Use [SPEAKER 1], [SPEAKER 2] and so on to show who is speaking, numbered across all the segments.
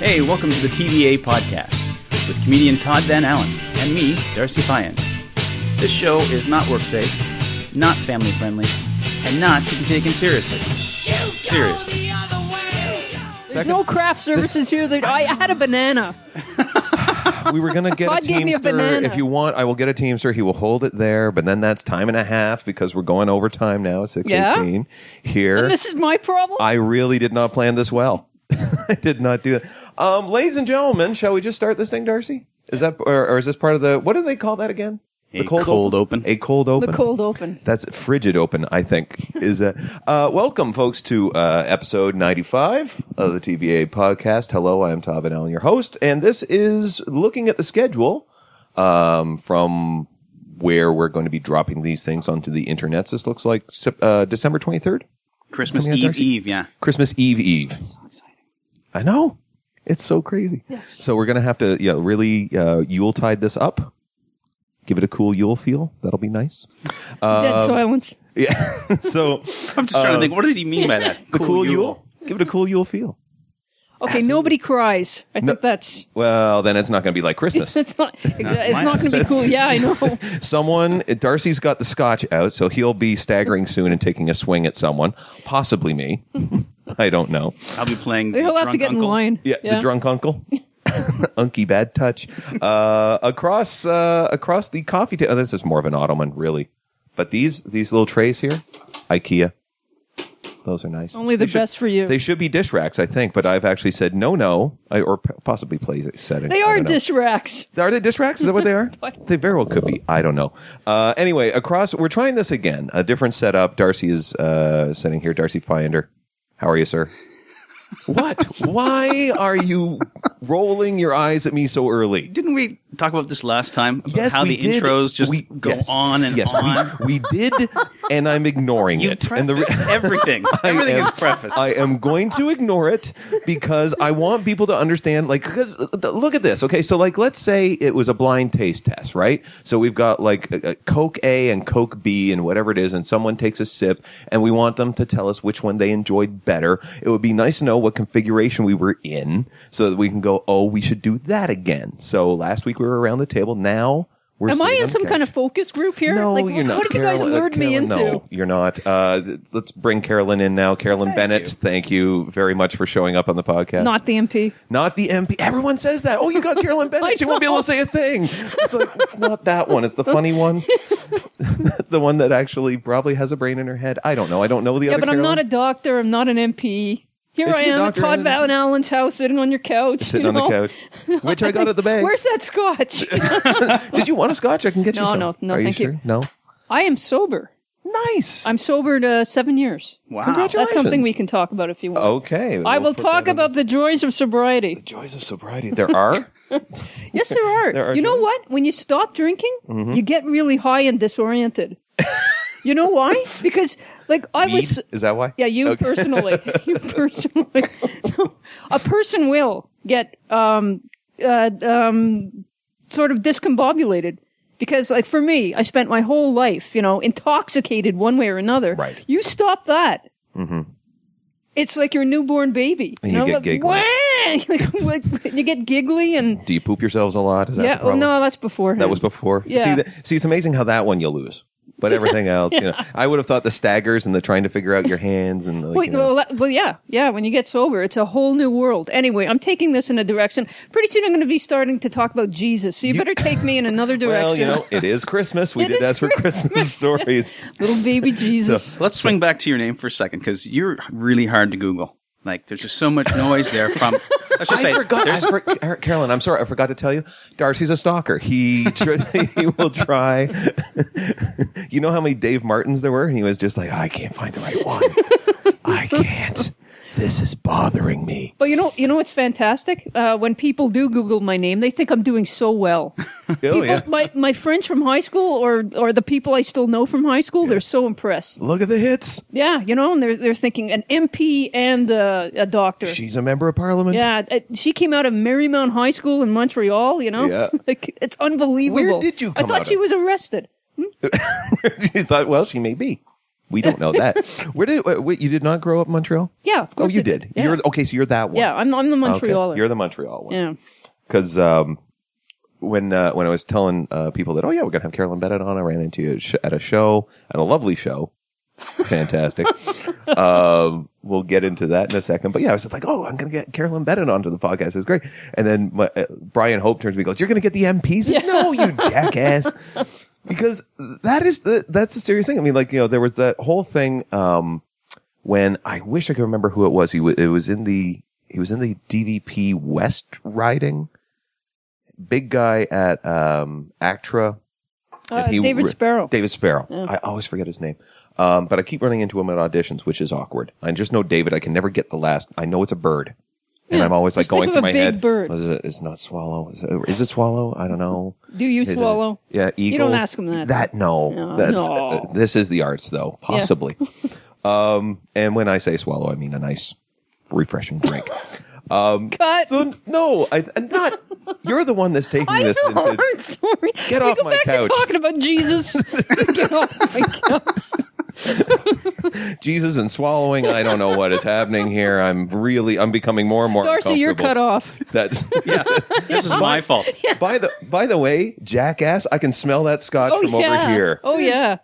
[SPEAKER 1] Hey, welcome to the TVA podcast with comedian Todd Van Allen and me, Darcy Fian. This show is not work safe, not family friendly, and not to be taken seriously. Seriously.
[SPEAKER 2] There's no craft services
[SPEAKER 1] This-
[SPEAKER 2] here. That, I had a banana.
[SPEAKER 3] we were gonna get a
[SPEAKER 2] Todd gave me a
[SPEAKER 3] teamster.
[SPEAKER 2] banana.
[SPEAKER 3] if you want, I will get a teamster. He will hold it there, but then that's time and a half because we're going overtime now. Six
[SPEAKER 2] Yeah?
[SPEAKER 3] eighteen here.
[SPEAKER 2] This is my problem.
[SPEAKER 3] I really did not plan this well. I did not do it. Um, ladies and gentlemen, shall we just start this thing, Darcy? Is that or, or is this part of the what do they call that again?
[SPEAKER 1] A cold open.
[SPEAKER 3] A cold
[SPEAKER 2] the
[SPEAKER 3] open.
[SPEAKER 2] cold open.
[SPEAKER 3] That's frigid open, I think. Is that uh, welcome, folks, to uh, episode ninety-five of the TVA podcast. Hello, I am Tavin Allen, your host, and this is looking at the schedule um, from where we're going to be dropping these things onto the internet. This looks like Sep- uh, December twenty-third,
[SPEAKER 1] Christmas
[SPEAKER 3] Coming up,
[SPEAKER 1] Eve,
[SPEAKER 3] Darcy?
[SPEAKER 1] Eve, yeah.
[SPEAKER 3] Christmas Eve Eve. I know it's so crazy.
[SPEAKER 2] Yes.
[SPEAKER 3] So we're gonna have to, yeah, really uh, Yule tide this up. Give it a cool Yule feel. That'll be nice. Um,
[SPEAKER 2] Dead silence.
[SPEAKER 3] Yeah. so
[SPEAKER 1] I'm just trying to think, what does he mean by that?
[SPEAKER 3] the cool Yule. Give it a cool Yule feel.
[SPEAKER 2] Okay, nobody cries. I think that's.
[SPEAKER 3] Well, then it's not going to be like Christmas.
[SPEAKER 2] It's not. exa- It's not going to be
[SPEAKER 3] That's-
[SPEAKER 2] cool. Yeah, I know.
[SPEAKER 3] someone, Darcy's got the scotch out, so he'll be staggering soon and taking a swing at someone, possibly me. I don't know.
[SPEAKER 1] I'll be playing.
[SPEAKER 2] He'll have
[SPEAKER 1] Drunk
[SPEAKER 2] to get
[SPEAKER 1] Uncle.
[SPEAKER 2] in line.
[SPEAKER 3] Yeah, the drunk uncle. Unky bad touch. Uh, across uh, across the coffee table. this is more of an ottoman, really. But these these little trays here, IKEA. Those are nice.
[SPEAKER 2] Only the
[SPEAKER 3] They should-
[SPEAKER 2] best for you.
[SPEAKER 3] They
[SPEAKER 2] They,
[SPEAKER 3] should be dish racks, I think, but I've actually said no, no, I, or p- possibly play settings. I
[SPEAKER 2] are
[SPEAKER 3] don't know.
[SPEAKER 2] dish racks.
[SPEAKER 3] Are they dish racks? Is that what they are?
[SPEAKER 2] What?
[SPEAKER 3] They very well could be. I don't know. Uh, anyway, across we're trying this again. A different setup. Darcy is uh, sitting here. Darcy Finder, how are you, sir? What? Why are you rolling your eyes at me so early?
[SPEAKER 1] Didn't we talk about this last time? About
[SPEAKER 3] Yes,
[SPEAKER 1] how
[SPEAKER 3] we
[SPEAKER 1] the
[SPEAKER 3] did.
[SPEAKER 1] intros just
[SPEAKER 3] We-
[SPEAKER 1] go
[SPEAKER 3] yes.
[SPEAKER 1] on and
[SPEAKER 3] Yes,
[SPEAKER 1] on.
[SPEAKER 3] we, we did, and I'm ignoring
[SPEAKER 1] You
[SPEAKER 3] it. And the re-
[SPEAKER 1] preface everything. everything
[SPEAKER 3] am-
[SPEAKER 1] is prefaced.
[SPEAKER 3] I am going to ignore it because I want people to understand. Like, because look at this. Okay, so like, let's say it was a blind taste test, right? So we've got like a, a Coke A and Coke B and whatever it is, and someone takes a sip, and we want them to tell us which one they enjoyed better. It would be nice to know what configuration we were in, so that we can go, oh, we should do that again. So last week we were around the table. Now. We're
[SPEAKER 2] Am I
[SPEAKER 3] sitting
[SPEAKER 2] in
[SPEAKER 3] on
[SPEAKER 2] some
[SPEAKER 3] couch.
[SPEAKER 2] kind of focus group here?
[SPEAKER 3] No,
[SPEAKER 2] like,
[SPEAKER 3] you're not.
[SPEAKER 2] What have you guys
[SPEAKER 3] Carol- uh,
[SPEAKER 2] lured me
[SPEAKER 3] Carol-
[SPEAKER 2] into?
[SPEAKER 3] No, you're not. Uh, th- let's bring Carolyn in now. Carolyn Bennett, thank you very much for showing up on the podcast.
[SPEAKER 2] Not the MP.
[SPEAKER 3] Not the MP. Everyone says that. Oh, you got Carolyn Bennett. She won't be able to say a thing. It's like it's not that one. It's the funny one, the one that actually probably has a brain in her head. I don't know. I don't know the
[SPEAKER 2] Yeah,
[SPEAKER 3] other.
[SPEAKER 2] but I'm
[SPEAKER 3] Carolyn.
[SPEAKER 2] not a doctor. I'm not an MP. Here
[SPEAKER 3] Is
[SPEAKER 2] I
[SPEAKER 3] she a
[SPEAKER 2] am at
[SPEAKER 3] doctor
[SPEAKER 2] Todd
[SPEAKER 3] and-
[SPEAKER 2] Van Allen's house, sitting on your couch.
[SPEAKER 3] sitting
[SPEAKER 2] you
[SPEAKER 3] on the
[SPEAKER 2] know?
[SPEAKER 3] couch, which I got at the bag.
[SPEAKER 2] Where's that scotch?
[SPEAKER 3] Did you want a scotch? I can get you
[SPEAKER 2] No,
[SPEAKER 3] some.
[SPEAKER 2] no, no,
[SPEAKER 3] Are
[SPEAKER 2] thank
[SPEAKER 3] you.
[SPEAKER 2] you.
[SPEAKER 3] Sure? No.
[SPEAKER 2] I am sober.
[SPEAKER 3] Nice.
[SPEAKER 2] I'm sobered uh, seven years.
[SPEAKER 1] wow.
[SPEAKER 3] Congratulations.
[SPEAKER 2] That's something we can talk about if you want.
[SPEAKER 3] Okay.
[SPEAKER 2] I
[SPEAKER 3] we'll
[SPEAKER 2] will
[SPEAKER 3] put
[SPEAKER 2] talk
[SPEAKER 3] that on
[SPEAKER 2] about the joys of sobriety.
[SPEAKER 3] the joys of sobriety. There are.
[SPEAKER 2] Yes, there are.
[SPEAKER 3] There are
[SPEAKER 2] you know
[SPEAKER 3] joys. Mm-hmm.
[SPEAKER 2] what? When you stop drinking, you get really high and disoriented. you know why? Because like I was
[SPEAKER 3] Mead? Is that why?
[SPEAKER 2] Yeah, you personally. you personally. No, a person will get um, uh, um, sort of discombobulated because, like, for me, I spent my whole life, you know, intoxicated one way or another.
[SPEAKER 3] Right.
[SPEAKER 2] You stop that. Mm-hmm. It's like your newborn baby.
[SPEAKER 3] You
[SPEAKER 2] know,
[SPEAKER 3] get
[SPEAKER 2] like,
[SPEAKER 3] giggly.
[SPEAKER 2] "Wah!" Like, like, you get giggly and
[SPEAKER 3] Do you poop yourselves a lot? Is that the
[SPEAKER 2] yeah. Well,
[SPEAKER 3] problem?
[SPEAKER 2] no, that's before.
[SPEAKER 3] that was before.
[SPEAKER 2] Yeah.
[SPEAKER 3] See, the, see, it's amazing how that one you lose, but everything else, you know, I would have thought the staggers and the trying to figure out your hands and like,
[SPEAKER 2] Wait,
[SPEAKER 3] you know,
[SPEAKER 2] well, that- well, yeah, yeah. When you get sober, it's a whole new world. Anyway, I'm taking this in a direction. Pretty soon, I'm going to be starting to talk about Jesus. So you, better take me in another direction.
[SPEAKER 3] well, you know, it is Christmas. We
[SPEAKER 2] It is
[SPEAKER 3] did ask for Christmas stories.
[SPEAKER 2] little baby Jesus.
[SPEAKER 1] Let's swing back to your name for a second because you're really hard to Google. Like, there's just so much noise there from. Let's just say,
[SPEAKER 3] I forgot. I
[SPEAKER 1] there's-
[SPEAKER 3] for, Car- Carolyn, I'm sorry. I forgot to tell you. Darcy's a stalker. He tr- he will try. you know how many Dave Martins there were? And he was just like, I can't find the right one. I can't. This is bothering me.
[SPEAKER 2] but you know, you know what's fantastic? Uh, when people do Google my name, they think I'm doing so well.
[SPEAKER 3] Oh, yeah.
[SPEAKER 2] my my friends from high school, or or the people I still know from high school, they're so impressed.
[SPEAKER 3] Look at the hits.
[SPEAKER 2] Yeah, you know, and they're they're thinking an MP and uh, a doctor.
[SPEAKER 3] She's a member of parliament.
[SPEAKER 2] yeah, uh, she came out of Marymount High School in Montreal. You know,
[SPEAKER 3] Yeah.
[SPEAKER 2] like, it's unbelievable.
[SPEAKER 3] did you
[SPEAKER 2] I
[SPEAKER 3] come
[SPEAKER 2] thought
[SPEAKER 3] out
[SPEAKER 2] she
[SPEAKER 3] of?
[SPEAKER 2] was arrested.
[SPEAKER 3] you thought, well, she may be. We don't know that. Where did wait, wait, you did not grow up in Montreal?
[SPEAKER 2] Yeah, of
[SPEAKER 3] Oh,
[SPEAKER 2] course
[SPEAKER 3] you
[SPEAKER 2] I
[SPEAKER 3] did.
[SPEAKER 2] Yeah.
[SPEAKER 3] You're okay. So you're that one.
[SPEAKER 2] yeah, I'm, I'm the
[SPEAKER 3] Okay.
[SPEAKER 2] Montrealer.
[SPEAKER 3] You're the Montreal one.
[SPEAKER 2] yeah.
[SPEAKER 3] because um, when uh, when I was telling uh, people that oh yeah we're gonna have Carolyn Bennett on, I ran into you at, sh- at a show at a lovely show, fantastic. um, we'll get into that in a second, but yeah, I was just like oh I'm gonna get Carolyn Bennett onto the podcast. It's great. And then my, uh, Brian Hope turns to me and goes you're gonna get the MPs. I said, No, you jackass. Because that is the that's a serious thing. I mean, like you know, there was that whole thing. Um, when I wish I could remember who it was. He w- it was in the he was in the DVP West riding, big guy at um, Actra.
[SPEAKER 2] Uh,
[SPEAKER 3] he
[SPEAKER 2] David
[SPEAKER 3] re-
[SPEAKER 2] Sparrow.
[SPEAKER 3] David Sparrow. I always forget his name, um, but I keep running into him at auditions, which is awkward. I just know David. I can never get the last. I know it's a bird. And
[SPEAKER 2] Yeah,
[SPEAKER 3] I'm always like
[SPEAKER 2] just think
[SPEAKER 3] going
[SPEAKER 2] of
[SPEAKER 3] through
[SPEAKER 2] a
[SPEAKER 3] my
[SPEAKER 2] big
[SPEAKER 3] head.
[SPEAKER 2] bird.
[SPEAKER 3] Is it, it's not swallow. Is it, is it swallow? I don't know.
[SPEAKER 2] Do you
[SPEAKER 3] Is it-
[SPEAKER 2] swallow?
[SPEAKER 3] yeah, eagle.
[SPEAKER 2] don't ask 'em that.
[SPEAKER 3] That no.
[SPEAKER 2] No.
[SPEAKER 3] That's uh,
[SPEAKER 2] No.
[SPEAKER 3] this is the arts though, possibly. um, and when I say swallow, I mean a nice, refreshing drink. Um,
[SPEAKER 2] Cut.
[SPEAKER 3] so no, I, I'm not. You're the one that's taking
[SPEAKER 2] I know.
[SPEAKER 3] this into.
[SPEAKER 2] I'm sorry.
[SPEAKER 3] Get
[SPEAKER 2] we
[SPEAKER 3] off
[SPEAKER 2] go
[SPEAKER 3] my
[SPEAKER 2] back
[SPEAKER 3] couch.
[SPEAKER 2] to talking about Jesus. Get off my couch.
[SPEAKER 3] Jesus and swallowing. I don't know what is happening here. I'm really, I'm becoming more and more.
[SPEAKER 2] Darcy, you're cut
[SPEAKER 3] uncomfortable.
[SPEAKER 2] off.
[SPEAKER 3] That's yeah.
[SPEAKER 1] This is my fault.
[SPEAKER 3] By the by the way, jackass, I can smell that scotch
[SPEAKER 2] Oh
[SPEAKER 3] from
[SPEAKER 2] yeah.
[SPEAKER 3] over here.
[SPEAKER 2] Oh yeah.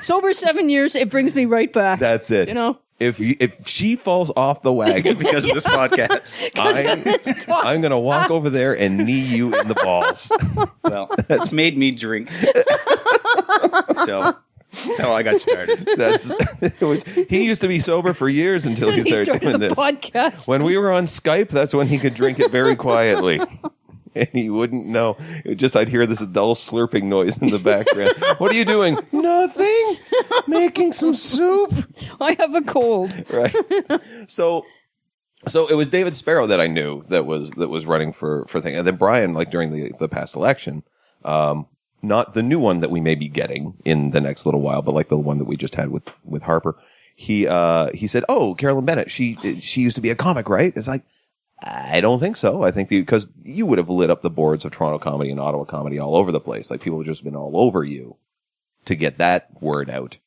[SPEAKER 2] Sober seven years. It brings me right back.
[SPEAKER 3] That's it.
[SPEAKER 2] You know?
[SPEAKER 3] if you, if she falls off the wagon
[SPEAKER 1] Because of this podcast.
[SPEAKER 3] I, I'm going to walk over there and knee you in the balls.
[SPEAKER 1] Well, it's made me drink. So that's how I got started.
[SPEAKER 3] That's it was, he used to be sober for years until
[SPEAKER 2] he
[SPEAKER 3] he started,
[SPEAKER 2] started
[SPEAKER 3] doing
[SPEAKER 2] the
[SPEAKER 3] this.
[SPEAKER 2] podcast.
[SPEAKER 3] When we were on Skype, that's when he could drink it very quietly. And he wouldn't know. It would just I'd hear this dull slurping noise in the background. what are you doing? Nothing. Making some soup.
[SPEAKER 2] I have a cold.
[SPEAKER 3] right? So, so it was David Sparrow that I knew that was that was running for for thing, and then Brian, like during the the past election, um, not the new one that we may be getting in the next little while, but like the one that we just had with with Harper. He uh he said, "Oh, Carolyn Bennett, she she used to be a comic, right?" It's like. I don't think so. I think because you would have lit up the boards of Toronto comedy and Ottawa comedy all over the place. Like people have just been all over you to get that word out.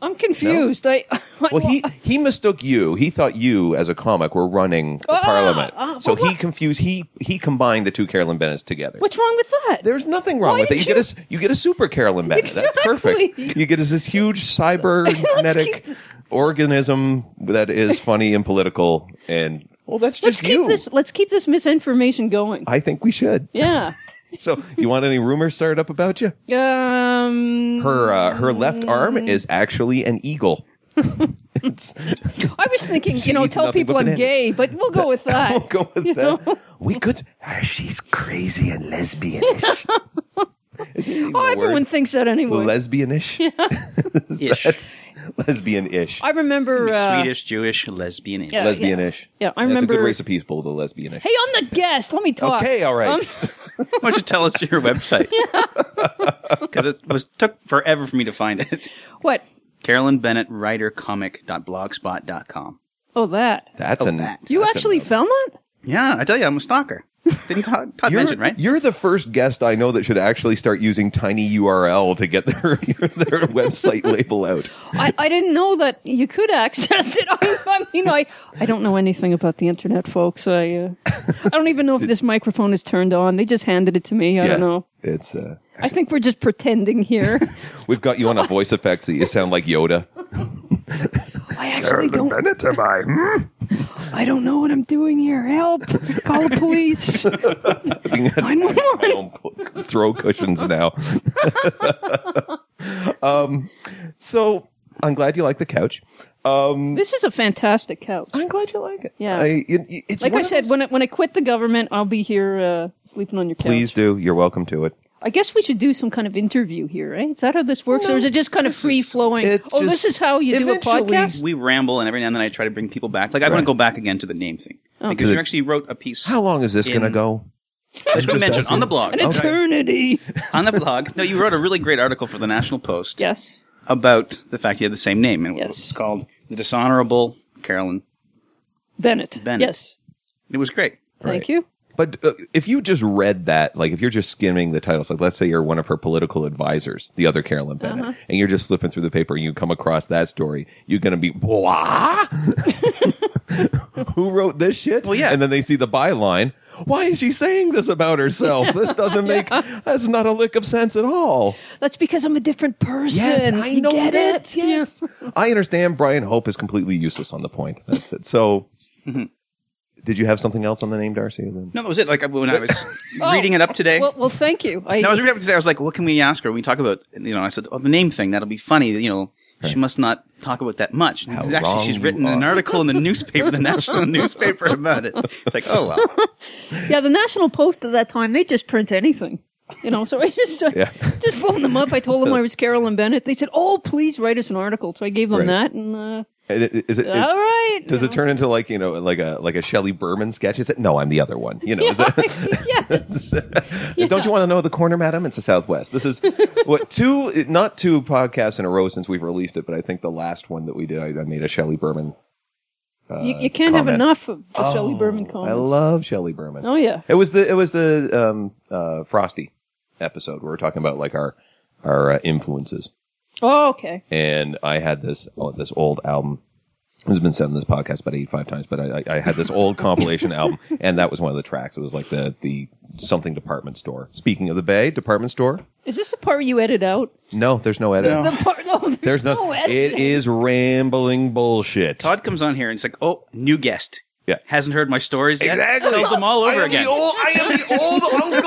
[SPEAKER 2] I'm confused. I, I
[SPEAKER 3] Well, he he mistook you. He thought you, as a comic, were running for
[SPEAKER 2] Ah,
[SPEAKER 3] Parliament.
[SPEAKER 2] ah,
[SPEAKER 3] so
[SPEAKER 2] well,
[SPEAKER 3] he confused. He he combined the two Carolyn Bennett's together.
[SPEAKER 2] What's wrong with that?
[SPEAKER 3] There's nothing wrong
[SPEAKER 2] Why
[SPEAKER 3] with it. You,
[SPEAKER 2] did
[SPEAKER 3] get a s- you get a super Carolyn Bennett. That's
[SPEAKER 2] Exactly.
[SPEAKER 3] perfect. You get this huge cybernetic organism that is funny and political. And well, that's
[SPEAKER 2] let's
[SPEAKER 3] just
[SPEAKER 2] keep
[SPEAKER 3] you.
[SPEAKER 2] this. Let's keep this misinformation going.
[SPEAKER 3] I think we should.
[SPEAKER 2] yeah.
[SPEAKER 3] So, do you want any rumors started up about you?
[SPEAKER 2] Um.
[SPEAKER 3] Her uh, her left arm is actually an eagle. it's
[SPEAKER 2] I was thinking, you know,
[SPEAKER 3] eats
[SPEAKER 2] tell
[SPEAKER 3] nothing
[SPEAKER 2] people
[SPEAKER 3] but
[SPEAKER 2] I'm
[SPEAKER 3] bananas.
[SPEAKER 2] gay, but we'll go with that.
[SPEAKER 3] We'll go with
[SPEAKER 2] You
[SPEAKER 3] that.
[SPEAKER 2] know?
[SPEAKER 3] We could. Ah, she's crazy and lesbianish. Is it even
[SPEAKER 2] Oh,
[SPEAKER 3] a
[SPEAKER 2] everyone
[SPEAKER 3] word?
[SPEAKER 2] thinks that anyway.
[SPEAKER 3] Lesbianish. Is
[SPEAKER 1] Ish.
[SPEAKER 3] that- Lesbian-ish.
[SPEAKER 2] I remember. Uh,
[SPEAKER 1] Swedish, Jewish, lesbian.
[SPEAKER 2] Oh, Yeah.
[SPEAKER 3] Lesbianish.
[SPEAKER 2] Yeah, I
[SPEAKER 3] That's a good
[SPEAKER 2] remember-
[SPEAKER 3] race of people. The lesbianish.
[SPEAKER 2] hey, I'm the guest. Let me talk.
[SPEAKER 3] okay, all right.
[SPEAKER 2] Um,
[SPEAKER 1] Why don't you tell us your website? Because it was took forever for me to find it.
[SPEAKER 2] what?
[SPEAKER 1] Carolyn Bennett, writer, comic.blogspot.com.
[SPEAKER 2] Oh, that.
[SPEAKER 3] that's an.
[SPEAKER 1] that.
[SPEAKER 2] You
[SPEAKER 3] that's
[SPEAKER 2] actually
[SPEAKER 3] an-
[SPEAKER 2] found that?
[SPEAKER 1] Yeah, I tell you, I'm a stalker. Didn't Todd, Todd
[SPEAKER 3] You're,
[SPEAKER 1] mention, right?
[SPEAKER 3] you're the first guest I know that should actually start using tiny URL to get their their website label out.
[SPEAKER 2] I, I didn't know that you could access it. I, I mean, I, I don't know anything about the internet, folks. I uh, I don't even know if this microphone is turned on. They just handed it to me. I
[SPEAKER 3] yeah,
[SPEAKER 2] don't know.
[SPEAKER 3] It's uh,
[SPEAKER 2] I think we're just pretending here.
[SPEAKER 3] we've got you on a voice effects that you sound like Yoda.
[SPEAKER 2] I actually don't.
[SPEAKER 3] Bennett, am I? Hmm?
[SPEAKER 2] I don't know what I'm doing here. Help! Call the police.
[SPEAKER 3] Being attacked by
[SPEAKER 2] not.
[SPEAKER 3] my own po- throw cushions now. um, so I'm glad you like the couch. Um,
[SPEAKER 2] This is a fantastic couch.
[SPEAKER 3] I'm glad you like it.
[SPEAKER 2] Yeah.
[SPEAKER 3] I, it- it's
[SPEAKER 2] Like
[SPEAKER 3] one
[SPEAKER 2] I
[SPEAKER 3] of
[SPEAKER 2] said,
[SPEAKER 3] those-
[SPEAKER 2] when I, when I quit the government, I'll be here uh, sleeping on your couch.
[SPEAKER 3] please do. You're welcome to it.
[SPEAKER 2] I guess we should do some kind of interview here, right? Is that how this works, or is it just kind of free flowing?
[SPEAKER 3] it
[SPEAKER 2] oh, this
[SPEAKER 3] just-
[SPEAKER 2] is how you do a
[SPEAKER 3] eventually-
[SPEAKER 2] podcast.
[SPEAKER 1] we ramble, and every now and then I try to bring people back. Like I want
[SPEAKER 3] Right. Oh.
[SPEAKER 1] to go back again to the name thing because
[SPEAKER 3] To
[SPEAKER 1] you
[SPEAKER 3] the-
[SPEAKER 1] actually wrote a piece.
[SPEAKER 3] How long is this
[SPEAKER 1] In-
[SPEAKER 3] going to go?
[SPEAKER 1] That's what I
[SPEAKER 3] Just
[SPEAKER 1] mentioned
[SPEAKER 3] asking.
[SPEAKER 1] on the blog.
[SPEAKER 2] An eternity.
[SPEAKER 1] on the blog. No, you wrote a really great article for the National Post
[SPEAKER 2] yes.
[SPEAKER 1] about the fact you had the same name, and
[SPEAKER 2] Yes.
[SPEAKER 1] it was called "The Dishonorable Carolyn."
[SPEAKER 2] Bennett.
[SPEAKER 1] Bennett.
[SPEAKER 2] Yes.
[SPEAKER 1] It was great.
[SPEAKER 2] Thank you.
[SPEAKER 3] But uh, if you just read that, like if you're just skimming the titles, like let's say you're one of her political advisors, the other Carolyn Bennett, and you're just flipping through the paper and you come across that story, you're going to be, "Wah? Who wrote this shit? Well,
[SPEAKER 1] yeah.
[SPEAKER 3] And then they see the byline. Why is she saying this about herself? This doesn't make, that's not a lick of sense at all.
[SPEAKER 2] That's because I'm a different person.
[SPEAKER 3] Yes, I
[SPEAKER 2] You
[SPEAKER 3] know
[SPEAKER 2] get
[SPEAKER 3] that.
[SPEAKER 2] it? Yeah.
[SPEAKER 3] Yes, I understand. Brian Hope is completely useless on the point. That's it. So, Mm-hmm. did you have something else on the name Darcy? Is it-
[SPEAKER 1] No, that was it. Like uh, when I was
[SPEAKER 2] Oh.
[SPEAKER 1] reading it up today.
[SPEAKER 2] Well, well, thank you. I,
[SPEAKER 1] No, I was reading up today. I was like, "What can we ask her?" We talk about, you know, I said, "Oh, the name thing. That'll be funny." You know, she must not talk about that much. And
[SPEAKER 3] How
[SPEAKER 1] Actually,
[SPEAKER 3] wrong
[SPEAKER 1] she's
[SPEAKER 3] you
[SPEAKER 1] written an
[SPEAKER 3] are.
[SPEAKER 1] article in the newspaper, the national newspaper, about it. It's like, oh well,
[SPEAKER 2] yeah, the National Post at that time, they just print anything. You know, so I just I
[SPEAKER 3] Yeah.
[SPEAKER 2] just phoned them up. I told them I was Carolyn Bennett. They said, "Oh, please write us an article." So I gave them
[SPEAKER 3] Right.
[SPEAKER 2] that, and uh,
[SPEAKER 3] Is it, is it-
[SPEAKER 2] all right.
[SPEAKER 3] does
[SPEAKER 2] you
[SPEAKER 3] it turn into like you know like a like a Shelley Berman sketch? Is it no? I'm the other one. You know.
[SPEAKER 2] know.
[SPEAKER 3] is it-
[SPEAKER 2] Yeah, yes.
[SPEAKER 3] Don't you want to know the corner, madam? It's the Southwest. This is what two not two podcasts in a row since we've released it, but I think the last one that we did, I, I made a Shelley Berman.
[SPEAKER 2] you, you can't have
[SPEAKER 3] comment.
[SPEAKER 2] enough of the Shelley Berman comments.
[SPEAKER 3] Oh, I love Shelley Berman.
[SPEAKER 2] oh yeah.
[SPEAKER 3] It was the it was the um, uh, Frosty episode where we are talking about like our our uh, influences,
[SPEAKER 2] Oh okay.
[SPEAKER 3] and I had this oh, this old album. This has been said on this podcast about eighty five times, but I, I I had this old compilation album, and that was one of the tracks. It was like the the something department store. Speaking of the Bay department store,
[SPEAKER 2] Is this the part you edit out?
[SPEAKER 3] no, there's no edit.
[SPEAKER 1] No.
[SPEAKER 2] The part? No, there's,
[SPEAKER 3] There's no.
[SPEAKER 2] no edit.
[SPEAKER 3] it is rambling bullshit.
[SPEAKER 1] Todd comes on here and it's like, "Oh, new guest."
[SPEAKER 3] Yeah.
[SPEAKER 1] hasn't heard my stories yet.
[SPEAKER 3] Exactly.
[SPEAKER 1] tells them all
[SPEAKER 3] I
[SPEAKER 1] over
[SPEAKER 3] am
[SPEAKER 1] again.
[SPEAKER 3] The old, I am the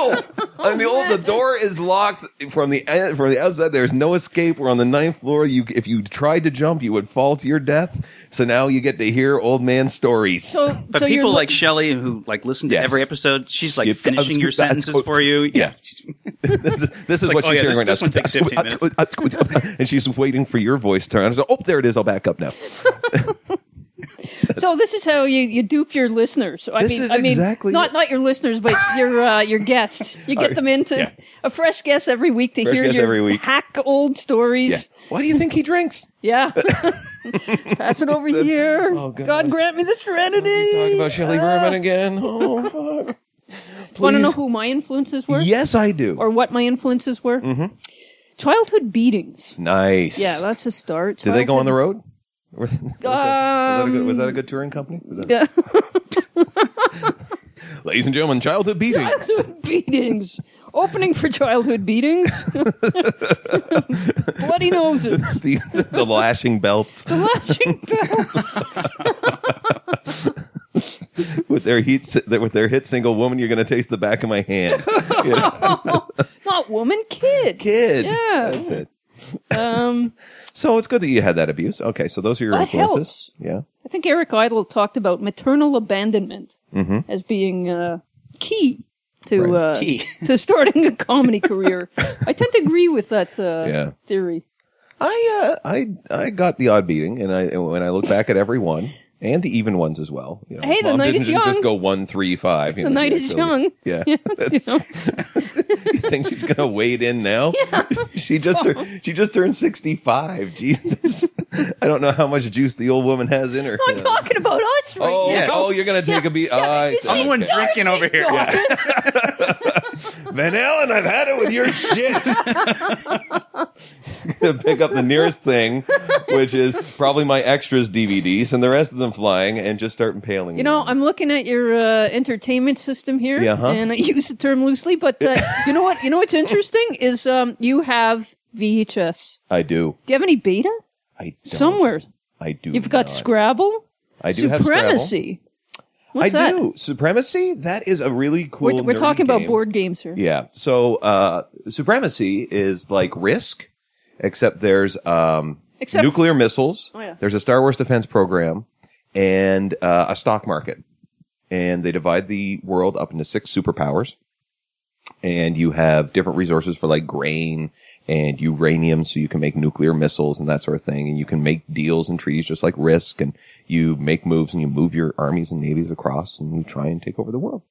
[SPEAKER 3] old uncle. I'm the old. The door is locked from the uh, from the outside. There's no escape. We're on the ninth floor. You, if you tried to jump, you would fall to your death. So now you get to hear old man stories.
[SPEAKER 2] So,
[SPEAKER 1] But
[SPEAKER 2] so
[SPEAKER 1] people
[SPEAKER 2] you're,
[SPEAKER 1] like Shelley who like listen to
[SPEAKER 3] Yes.
[SPEAKER 1] every episode, she's like
[SPEAKER 3] Skip-
[SPEAKER 1] finishing your
[SPEAKER 3] that's-
[SPEAKER 1] sentences for you.
[SPEAKER 3] yeah.
[SPEAKER 1] She's-
[SPEAKER 3] this is this is
[SPEAKER 1] Like,
[SPEAKER 3] what
[SPEAKER 1] oh,
[SPEAKER 3] she's
[SPEAKER 1] yeah,
[SPEAKER 3] hearing
[SPEAKER 1] this-
[SPEAKER 3] right now.
[SPEAKER 1] this one takes 15
[SPEAKER 3] minutes. and she's waiting for your voice to turn. on. So, oh, there it is. I'll back up now.
[SPEAKER 2] so this is how you, you dupe your listeners. I
[SPEAKER 3] This
[SPEAKER 2] mean,
[SPEAKER 3] is
[SPEAKER 2] I mean,
[SPEAKER 3] exactly
[SPEAKER 2] not
[SPEAKER 3] it.
[SPEAKER 2] not your listeners, but your uh, your guests. You get
[SPEAKER 3] Uh,
[SPEAKER 2] them into
[SPEAKER 3] yeah.
[SPEAKER 2] a fresh guest every week to
[SPEAKER 3] Fresh
[SPEAKER 2] hear
[SPEAKER 3] guest
[SPEAKER 2] your
[SPEAKER 3] every week.
[SPEAKER 2] hack old stories.
[SPEAKER 3] Yeah. Why do you think he drinks?
[SPEAKER 2] Yeah. Pass it over here.
[SPEAKER 3] oh, gosh.
[SPEAKER 2] God grant me the serenity.
[SPEAKER 3] He's talking about Shelley Berman again. Oh fuck.
[SPEAKER 2] Want to know
[SPEAKER 3] Please.
[SPEAKER 2] who my influences were?
[SPEAKER 3] Yes, I do.
[SPEAKER 2] Or what my influences were?
[SPEAKER 3] Mm-hmm.
[SPEAKER 2] Childhood beatings.
[SPEAKER 3] nice.
[SPEAKER 2] Yeah, that's a start.
[SPEAKER 3] Did they go on the
[SPEAKER 2] Childhood-
[SPEAKER 3] road? Was that, was that a good, was that a good touring company? Was that-
[SPEAKER 2] Yeah.
[SPEAKER 3] Ladies and gentlemen, childhood beatings.
[SPEAKER 2] beatings. Opening for childhood beatings. Bloody noses.
[SPEAKER 3] the, the, lashing belts
[SPEAKER 2] Lashing bells.
[SPEAKER 3] with their heat si- with their hit single "Woman, You're Gonna Taste the Back of My Hand." You know,
[SPEAKER 2] Not woman, kid.
[SPEAKER 3] kid,
[SPEAKER 2] Yeah.
[SPEAKER 3] that's it.
[SPEAKER 2] Um,
[SPEAKER 3] So it's good that you had that abuse. Okay, so those are your
[SPEAKER 2] That
[SPEAKER 3] influences. Yeah,
[SPEAKER 2] I think Eric Idle talked about maternal abandonment as being uh, key to
[SPEAKER 3] Mm-hmm. Right.
[SPEAKER 2] uh,
[SPEAKER 1] Key.
[SPEAKER 2] to starting a comedy career. I tend to agree with that uh,
[SPEAKER 3] Yeah.
[SPEAKER 2] theory.
[SPEAKER 3] I uh, I I got the odd beating, and I and when I look back at every one and the even ones as well. You know,
[SPEAKER 2] Hey, the
[SPEAKER 3] Mom
[SPEAKER 2] night
[SPEAKER 3] didn't
[SPEAKER 2] is
[SPEAKER 3] just
[SPEAKER 2] young.
[SPEAKER 3] go one three five. you
[SPEAKER 2] The
[SPEAKER 3] know,
[SPEAKER 2] night
[SPEAKER 3] she
[SPEAKER 2] is
[SPEAKER 3] was silly.
[SPEAKER 2] young.
[SPEAKER 3] Yeah,
[SPEAKER 2] You
[SPEAKER 3] That's-
[SPEAKER 2] know?
[SPEAKER 3] you think she's gonna wade in now? she just tur- she just turned sixty five. Jesus, I don't know how much juice the old woman has in her.
[SPEAKER 2] I'm talking about us right
[SPEAKER 3] oh,
[SPEAKER 2] now.
[SPEAKER 1] Yeah.
[SPEAKER 3] oh, you're gonna take a beat. I
[SPEAKER 2] you
[SPEAKER 3] see.
[SPEAKER 2] see,
[SPEAKER 1] Someone
[SPEAKER 3] Okay.
[SPEAKER 2] Darcy
[SPEAKER 1] drinking over here.
[SPEAKER 2] Dawn.
[SPEAKER 3] Van Allen, I've had it with your shit. Gonna pick up the nearest thing, which is probably my extras DVDs and the rest of them flying, and just start impaling.
[SPEAKER 2] You know, I'm looking at your uh, entertainment system here,
[SPEAKER 3] Yeah, huh?
[SPEAKER 2] and I use the term loosely. But uh, you know what? You know what's interesting is um, you have VHS.
[SPEAKER 3] I do.
[SPEAKER 2] Do you have any beta
[SPEAKER 3] I don't.
[SPEAKER 2] somewhere?
[SPEAKER 3] I do.
[SPEAKER 2] You've got
[SPEAKER 3] not.
[SPEAKER 2] Scrabble.
[SPEAKER 3] I do have Scrabble.
[SPEAKER 2] Supremacy. What's
[SPEAKER 3] I
[SPEAKER 2] that?
[SPEAKER 3] do. Supremacy. That is a really cool.
[SPEAKER 2] We're, we're
[SPEAKER 3] nerdy
[SPEAKER 2] talking about
[SPEAKER 3] game.
[SPEAKER 2] board games here.
[SPEAKER 3] Yeah. So uh, supremacy is like risk, except there's um,
[SPEAKER 2] Except-
[SPEAKER 3] nuclear missiles.
[SPEAKER 2] Oh, yeah.
[SPEAKER 3] There's a Star Wars defense program and uh, a stock market, and they divide the world up into six superpowers. And you have different resources for like grain and uranium, so you can make nuclear missiles and that sort of thing. And you can make deals and treaties just like risk. And you make moves and you move your armies and navies across and you try and take over the world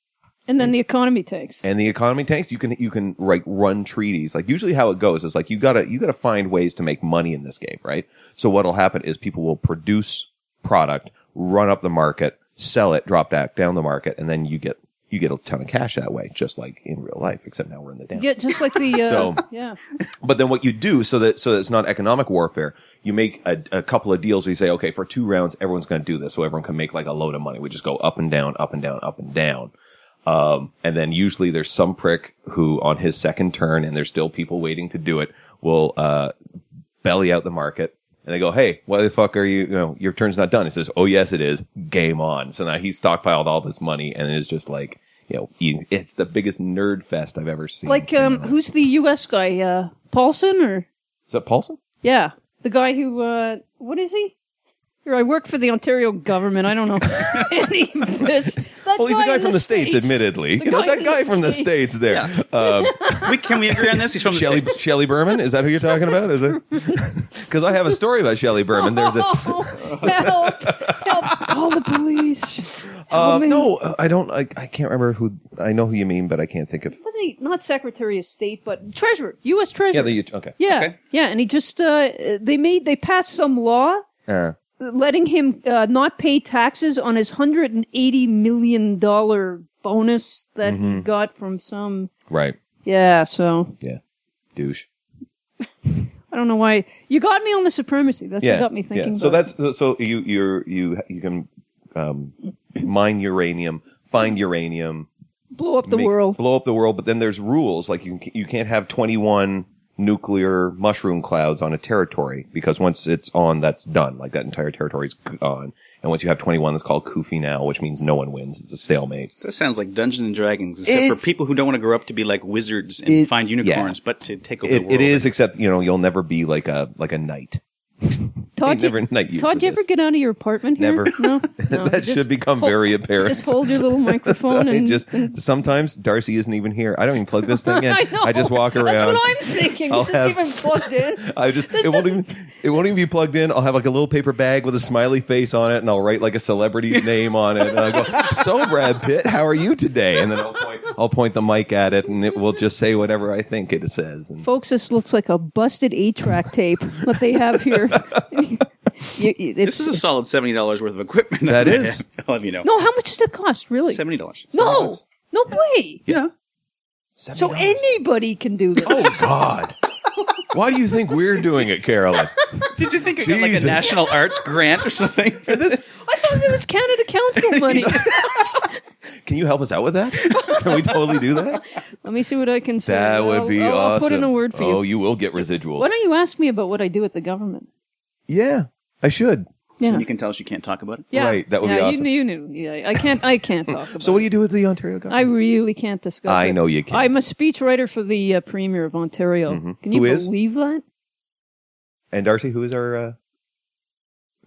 [SPEAKER 2] And then the economy tanks.
[SPEAKER 3] and the economy tanks you can you can like run treaties like usually how it goes is like you gotta you gotta find ways to make money in this game right so what'll happen is people will produce product run up the market sell it drop back down the market and then you get you get a ton of cash that way, just like in real life, except now we're in the down.
[SPEAKER 2] Yeah, just like the uh,
[SPEAKER 3] So-
[SPEAKER 2] yeah.
[SPEAKER 3] But then what you do so that so that it's not economic warfare, you make a, a couple of deals where you say, okay, for two rounds, everyone's going to do this, so everyone can make like a load of money. We just go up and down, up and down, up and down. Um, and then usually there's some prick who on his second turn, and there's still people waiting to do it, will uh, belly out the market. And they go, hey, why the fuck are you, you know, your turn's not done. It says, oh, yes, it is. Game on. So now he's stockpiled all this money and is just like, you know, eating. it's the biggest nerd fest I've ever seen.
[SPEAKER 2] Like um, who's the U.S. guy? Uh, Paulson or
[SPEAKER 3] is that Paulson?
[SPEAKER 2] yeah, the guy who uh, what is he? Here, I work for the Ontario government. I don't know any of this. That
[SPEAKER 3] Well, he's a guy
[SPEAKER 2] in
[SPEAKER 3] from the states, admittedly.
[SPEAKER 2] The
[SPEAKER 3] you know
[SPEAKER 2] guy
[SPEAKER 3] that
[SPEAKER 2] in
[SPEAKER 3] guy
[SPEAKER 2] the
[SPEAKER 3] from the
[SPEAKER 2] States.
[SPEAKER 3] states. There, um,
[SPEAKER 1] We, can we agree on this? He's from the
[SPEAKER 3] Shelly
[SPEAKER 1] States.
[SPEAKER 3] Shelly Berman. Is that who you're talking about? Is it? Because I have a story about Shelly Berman. There's a
[SPEAKER 2] Oh, help! Help! Call the police. Help
[SPEAKER 3] um,
[SPEAKER 2] me.
[SPEAKER 3] no. uh, I don't. I, I can't remember who. I know who you mean, but I can't think of.
[SPEAKER 2] wasn't he not Secretary of State, but Treasurer, U.S. Treasurer?
[SPEAKER 3] Yeah. The, okay.
[SPEAKER 2] yeah,
[SPEAKER 1] okay.
[SPEAKER 2] yeah, and he just uh, they made they passed some law
[SPEAKER 3] Uh,
[SPEAKER 2] letting him uh, not pay taxes on his hundred and eighty million dollar bonus that
[SPEAKER 3] Mm-hmm.
[SPEAKER 2] he got from some.
[SPEAKER 3] right.
[SPEAKER 2] Yeah, so
[SPEAKER 3] Yeah. Douche.
[SPEAKER 2] I don't know why you got me on the supremacy. That's
[SPEAKER 3] Yeah.
[SPEAKER 2] what got me thinking.
[SPEAKER 3] Yeah. So
[SPEAKER 2] about it.
[SPEAKER 3] that's so you you're you you can um, mine uranium, find uranium.
[SPEAKER 2] blew up the
[SPEAKER 3] make-
[SPEAKER 2] world.
[SPEAKER 3] blow up the world. But then there's rules like you can- you can't have 21 nuclear mushroom clouds on a territory because once it's on, that's done. Like that entire territory's gone. And once you have 21, that's called Kufi now, which means no one wins. It's a stalemate.
[SPEAKER 1] That sounds like Dungeons and Dragons, except for
[SPEAKER 3] It's-
[SPEAKER 1] people who don't want to grow up to be like wizards and
[SPEAKER 3] It-
[SPEAKER 1] find unicorns, but to take over the
[SPEAKER 3] It,
[SPEAKER 1] world.
[SPEAKER 3] it is, except you know, you'll never be like a like a knight.
[SPEAKER 2] Todd,
[SPEAKER 3] they never
[SPEAKER 2] you,
[SPEAKER 3] knight you
[SPEAKER 2] Todd,
[SPEAKER 3] for
[SPEAKER 2] you ever
[SPEAKER 3] this.
[SPEAKER 2] get out of your apartment? Here?
[SPEAKER 3] Never.
[SPEAKER 2] No, No,
[SPEAKER 3] that
[SPEAKER 2] just
[SPEAKER 3] should become
[SPEAKER 2] hold-
[SPEAKER 3] very apparent.
[SPEAKER 2] Just hold your little microphone
[SPEAKER 3] I
[SPEAKER 2] and
[SPEAKER 3] just sometimes Darcy isn't even here. I don't even plug this thing in.
[SPEAKER 2] I know.
[SPEAKER 3] just walk around.
[SPEAKER 2] That's what I'm thinking.
[SPEAKER 3] I'll
[SPEAKER 2] Is this
[SPEAKER 3] have-
[SPEAKER 2] even plugged in?
[SPEAKER 3] I just it won't even it won't even be plugged in. I'll have like a little paper bag with a smiley face on it, and I'll write like a celebrity's name on it. And I go, "So Brad Pitt, how are you today?" And then I'll point I'll point the mic at it, and it will just say whatever I think it says. And
[SPEAKER 2] Folks, this looks like a busted eight-track tape. What they have here. You- you- it's-
[SPEAKER 1] This is a solid seventy dollars worth of equipment.
[SPEAKER 3] That is.
[SPEAKER 1] I'll have you know.
[SPEAKER 2] no. How much does it cost, really?
[SPEAKER 1] seventy dollars.
[SPEAKER 2] no, no way.
[SPEAKER 1] Yeah.
[SPEAKER 2] So anybody can do this.
[SPEAKER 3] oh God, why do you think we're doing it, Carolyn?
[SPEAKER 1] Did you think I got like a
[SPEAKER 3] Jesus.
[SPEAKER 1] national arts grant or something?
[SPEAKER 3] And this,
[SPEAKER 2] I thought it was Canada Council money.
[SPEAKER 3] can you help us out with that? Can we totally do that?
[SPEAKER 2] Let me see what I can say.
[SPEAKER 3] That would
[SPEAKER 2] I'll-
[SPEAKER 3] be
[SPEAKER 2] I'll,
[SPEAKER 3] awesome.
[SPEAKER 2] I'll put in a word for
[SPEAKER 3] Oh,
[SPEAKER 2] you.
[SPEAKER 3] you will get residuals.
[SPEAKER 2] Why don't you ask me about what I do at the government?
[SPEAKER 3] yeah, I should.
[SPEAKER 2] Yeah.
[SPEAKER 1] And you can tell us you can't talk about it.
[SPEAKER 2] yeah.
[SPEAKER 3] Right, that would be
[SPEAKER 2] yeah,
[SPEAKER 3] awesome.
[SPEAKER 2] You, knew- you knew. Yeah, I can't. I can't talk about.
[SPEAKER 3] So,
[SPEAKER 2] it.
[SPEAKER 3] what do you do with the Ontario government?
[SPEAKER 2] I really can't discuss.
[SPEAKER 3] I
[SPEAKER 2] it.
[SPEAKER 3] know you can't.
[SPEAKER 2] I'm a speechwriter for the uh, Premier of Ontario. Can you
[SPEAKER 3] Mm-hmm. Who is?
[SPEAKER 2] believe that?
[SPEAKER 3] And Darcy, who is our uh,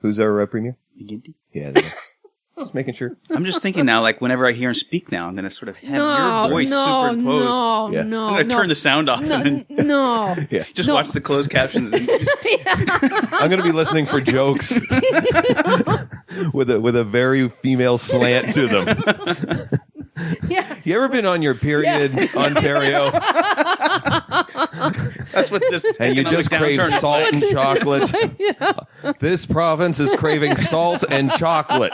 [SPEAKER 3] who's our uh, premier? Yeah, there you go. just making sure.
[SPEAKER 1] I'm just thinking now, like whenever I hear him speak now, and then I sort of have
[SPEAKER 2] no,
[SPEAKER 1] your voice
[SPEAKER 2] no,
[SPEAKER 1] superimposed.
[SPEAKER 2] no,
[SPEAKER 3] Yeah.
[SPEAKER 2] no.
[SPEAKER 1] I'm gonna
[SPEAKER 2] Oh, no,
[SPEAKER 1] turn the sound off
[SPEAKER 2] No,
[SPEAKER 1] and then
[SPEAKER 2] n- no.
[SPEAKER 3] Yeah,
[SPEAKER 1] just
[SPEAKER 2] no.
[SPEAKER 1] watch the closed captions. And
[SPEAKER 3] I'm going to be listening for jokes with a with a very female slant to them.
[SPEAKER 2] yeah.
[SPEAKER 3] You ever been on your period, Ontario,
[SPEAKER 1] that's what this.
[SPEAKER 3] and you just crave
[SPEAKER 1] downturn is
[SPEAKER 3] salt
[SPEAKER 1] like.
[SPEAKER 3] and chocolate? This province is craving salt and chocolate.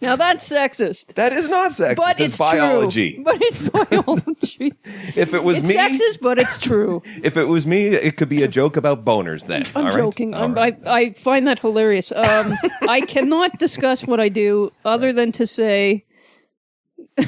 [SPEAKER 2] Now that's sexist.
[SPEAKER 3] That is not sex.
[SPEAKER 2] But
[SPEAKER 3] it's
[SPEAKER 2] it's
[SPEAKER 3] biology.
[SPEAKER 2] True. But it's biology.
[SPEAKER 3] If it was
[SPEAKER 2] it's
[SPEAKER 3] me,
[SPEAKER 2] sexist, but it's true.
[SPEAKER 3] if it was me, it could be a joke about boners. Then
[SPEAKER 2] I'm
[SPEAKER 3] all right?
[SPEAKER 2] joking.
[SPEAKER 3] All
[SPEAKER 2] I'm,
[SPEAKER 3] right.
[SPEAKER 2] I, I find that hilarious. Um, I cannot discuss what I do other than to say,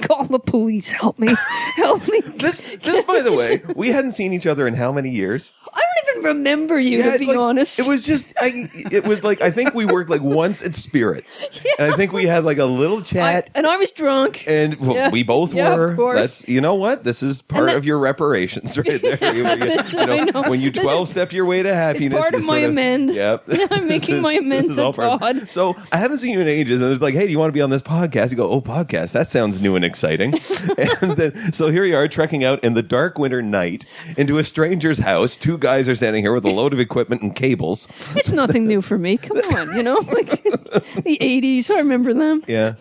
[SPEAKER 2] call the police. Help me. Help me.
[SPEAKER 3] This, this, by the way, we hadn't seen each other in how many years?
[SPEAKER 2] I don't even remember you, to be
[SPEAKER 3] like,
[SPEAKER 2] honest.
[SPEAKER 3] It was just, I, it was like, I think we worked like once at Spirits. And I think we had like a little
[SPEAKER 2] I,
[SPEAKER 3] chat.
[SPEAKER 2] and I was drunk.
[SPEAKER 3] and well,
[SPEAKER 2] Yeah.
[SPEAKER 3] we both
[SPEAKER 2] Yeah, of
[SPEAKER 3] were.
[SPEAKER 2] course.
[SPEAKER 3] That's you know what this is part
[SPEAKER 2] that-
[SPEAKER 3] of your reparations right there. You- you
[SPEAKER 2] I know.
[SPEAKER 3] When you
[SPEAKER 2] This is-
[SPEAKER 3] twelve step your way to happiness,
[SPEAKER 2] part
[SPEAKER 3] you
[SPEAKER 2] of
[SPEAKER 3] sort
[SPEAKER 2] my amend.
[SPEAKER 3] Yep, This
[SPEAKER 2] making my
[SPEAKER 3] this
[SPEAKER 2] amend
[SPEAKER 3] is
[SPEAKER 2] to
[SPEAKER 3] all part of-
[SPEAKER 2] Todd.
[SPEAKER 3] So I haven't seen you in ages, and it's like, hey, do you want to be on this podcast? You go, oh, podcast. That sounds new and exciting. and then, so here you are trekking out in the dark winter night into a stranger's house. Two guys are standing here with a load of equipment and cables.
[SPEAKER 2] It's nothing new for me. Come on, you know, like the '80s. I remember them.
[SPEAKER 3] Yeah,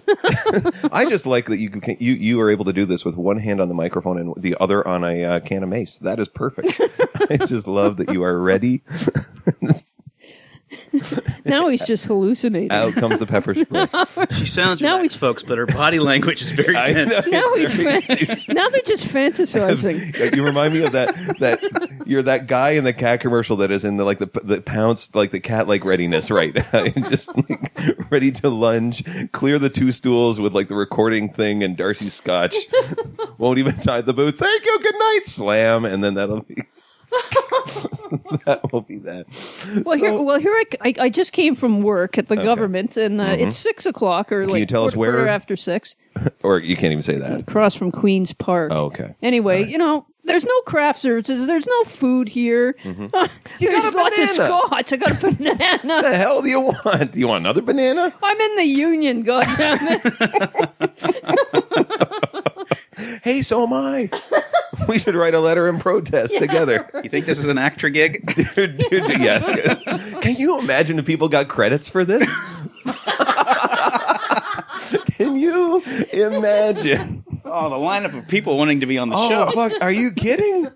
[SPEAKER 3] I just like that you can, you you are able to do this with one hand on the microphone and the other on a uh, can of mace. That is perfect. I just love that you are ready.
[SPEAKER 2] now he's just hallucinating.
[SPEAKER 3] Out comes the pepper spray.
[SPEAKER 1] She sounds
[SPEAKER 2] Now
[SPEAKER 1] relaxed,
[SPEAKER 2] he's-
[SPEAKER 1] folks, but her body language is very
[SPEAKER 3] I know.
[SPEAKER 1] tense.
[SPEAKER 2] now he's fan- now they're just fantasizing.
[SPEAKER 3] Like, you remind me of that that you're that guy in the cat commercial that is in the like the the pounce like the cat like readiness right now, and just like ready to lunge, clear the two stools with like the recording thing and Darcy Scotch won't even tie the boots. Thank you, good night, slam, and then that'll be that will be that.
[SPEAKER 2] Well, here,
[SPEAKER 3] So-
[SPEAKER 2] well, here I, c- I- I just came from work at the government, and uh, it's six o'clock or like
[SPEAKER 3] Mm-hmm. you tell us
[SPEAKER 2] quarter- quarter
[SPEAKER 3] where?
[SPEAKER 2] after six,
[SPEAKER 3] or you can't even say that.
[SPEAKER 2] across from Queens Park.
[SPEAKER 3] Oh, okay.
[SPEAKER 2] Anyway, you know, there's no craft services. There's no food here.
[SPEAKER 3] Mm-hmm. You
[SPEAKER 2] there's
[SPEAKER 3] got a
[SPEAKER 2] lots
[SPEAKER 3] banana.
[SPEAKER 2] of scotch. I got a banana.
[SPEAKER 3] What the hell do you want? Do you want another banana?
[SPEAKER 2] I'm in the union, goddammit.
[SPEAKER 3] Hey, so am I. we should write a letter in protest together.
[SPEAKER 1] You think this is an actor gig?
[SPEAKER 3] Dude, dude, yeah. Can you imagine if people got credits for this? Can you imagine?
[SPEAKER 1] Oh, the lineup of people wanting to be on the
[SPEAKER 3] Oh,
[SPEAKER 1] show.
[SPEAKER 3] fuck. Are you kidding?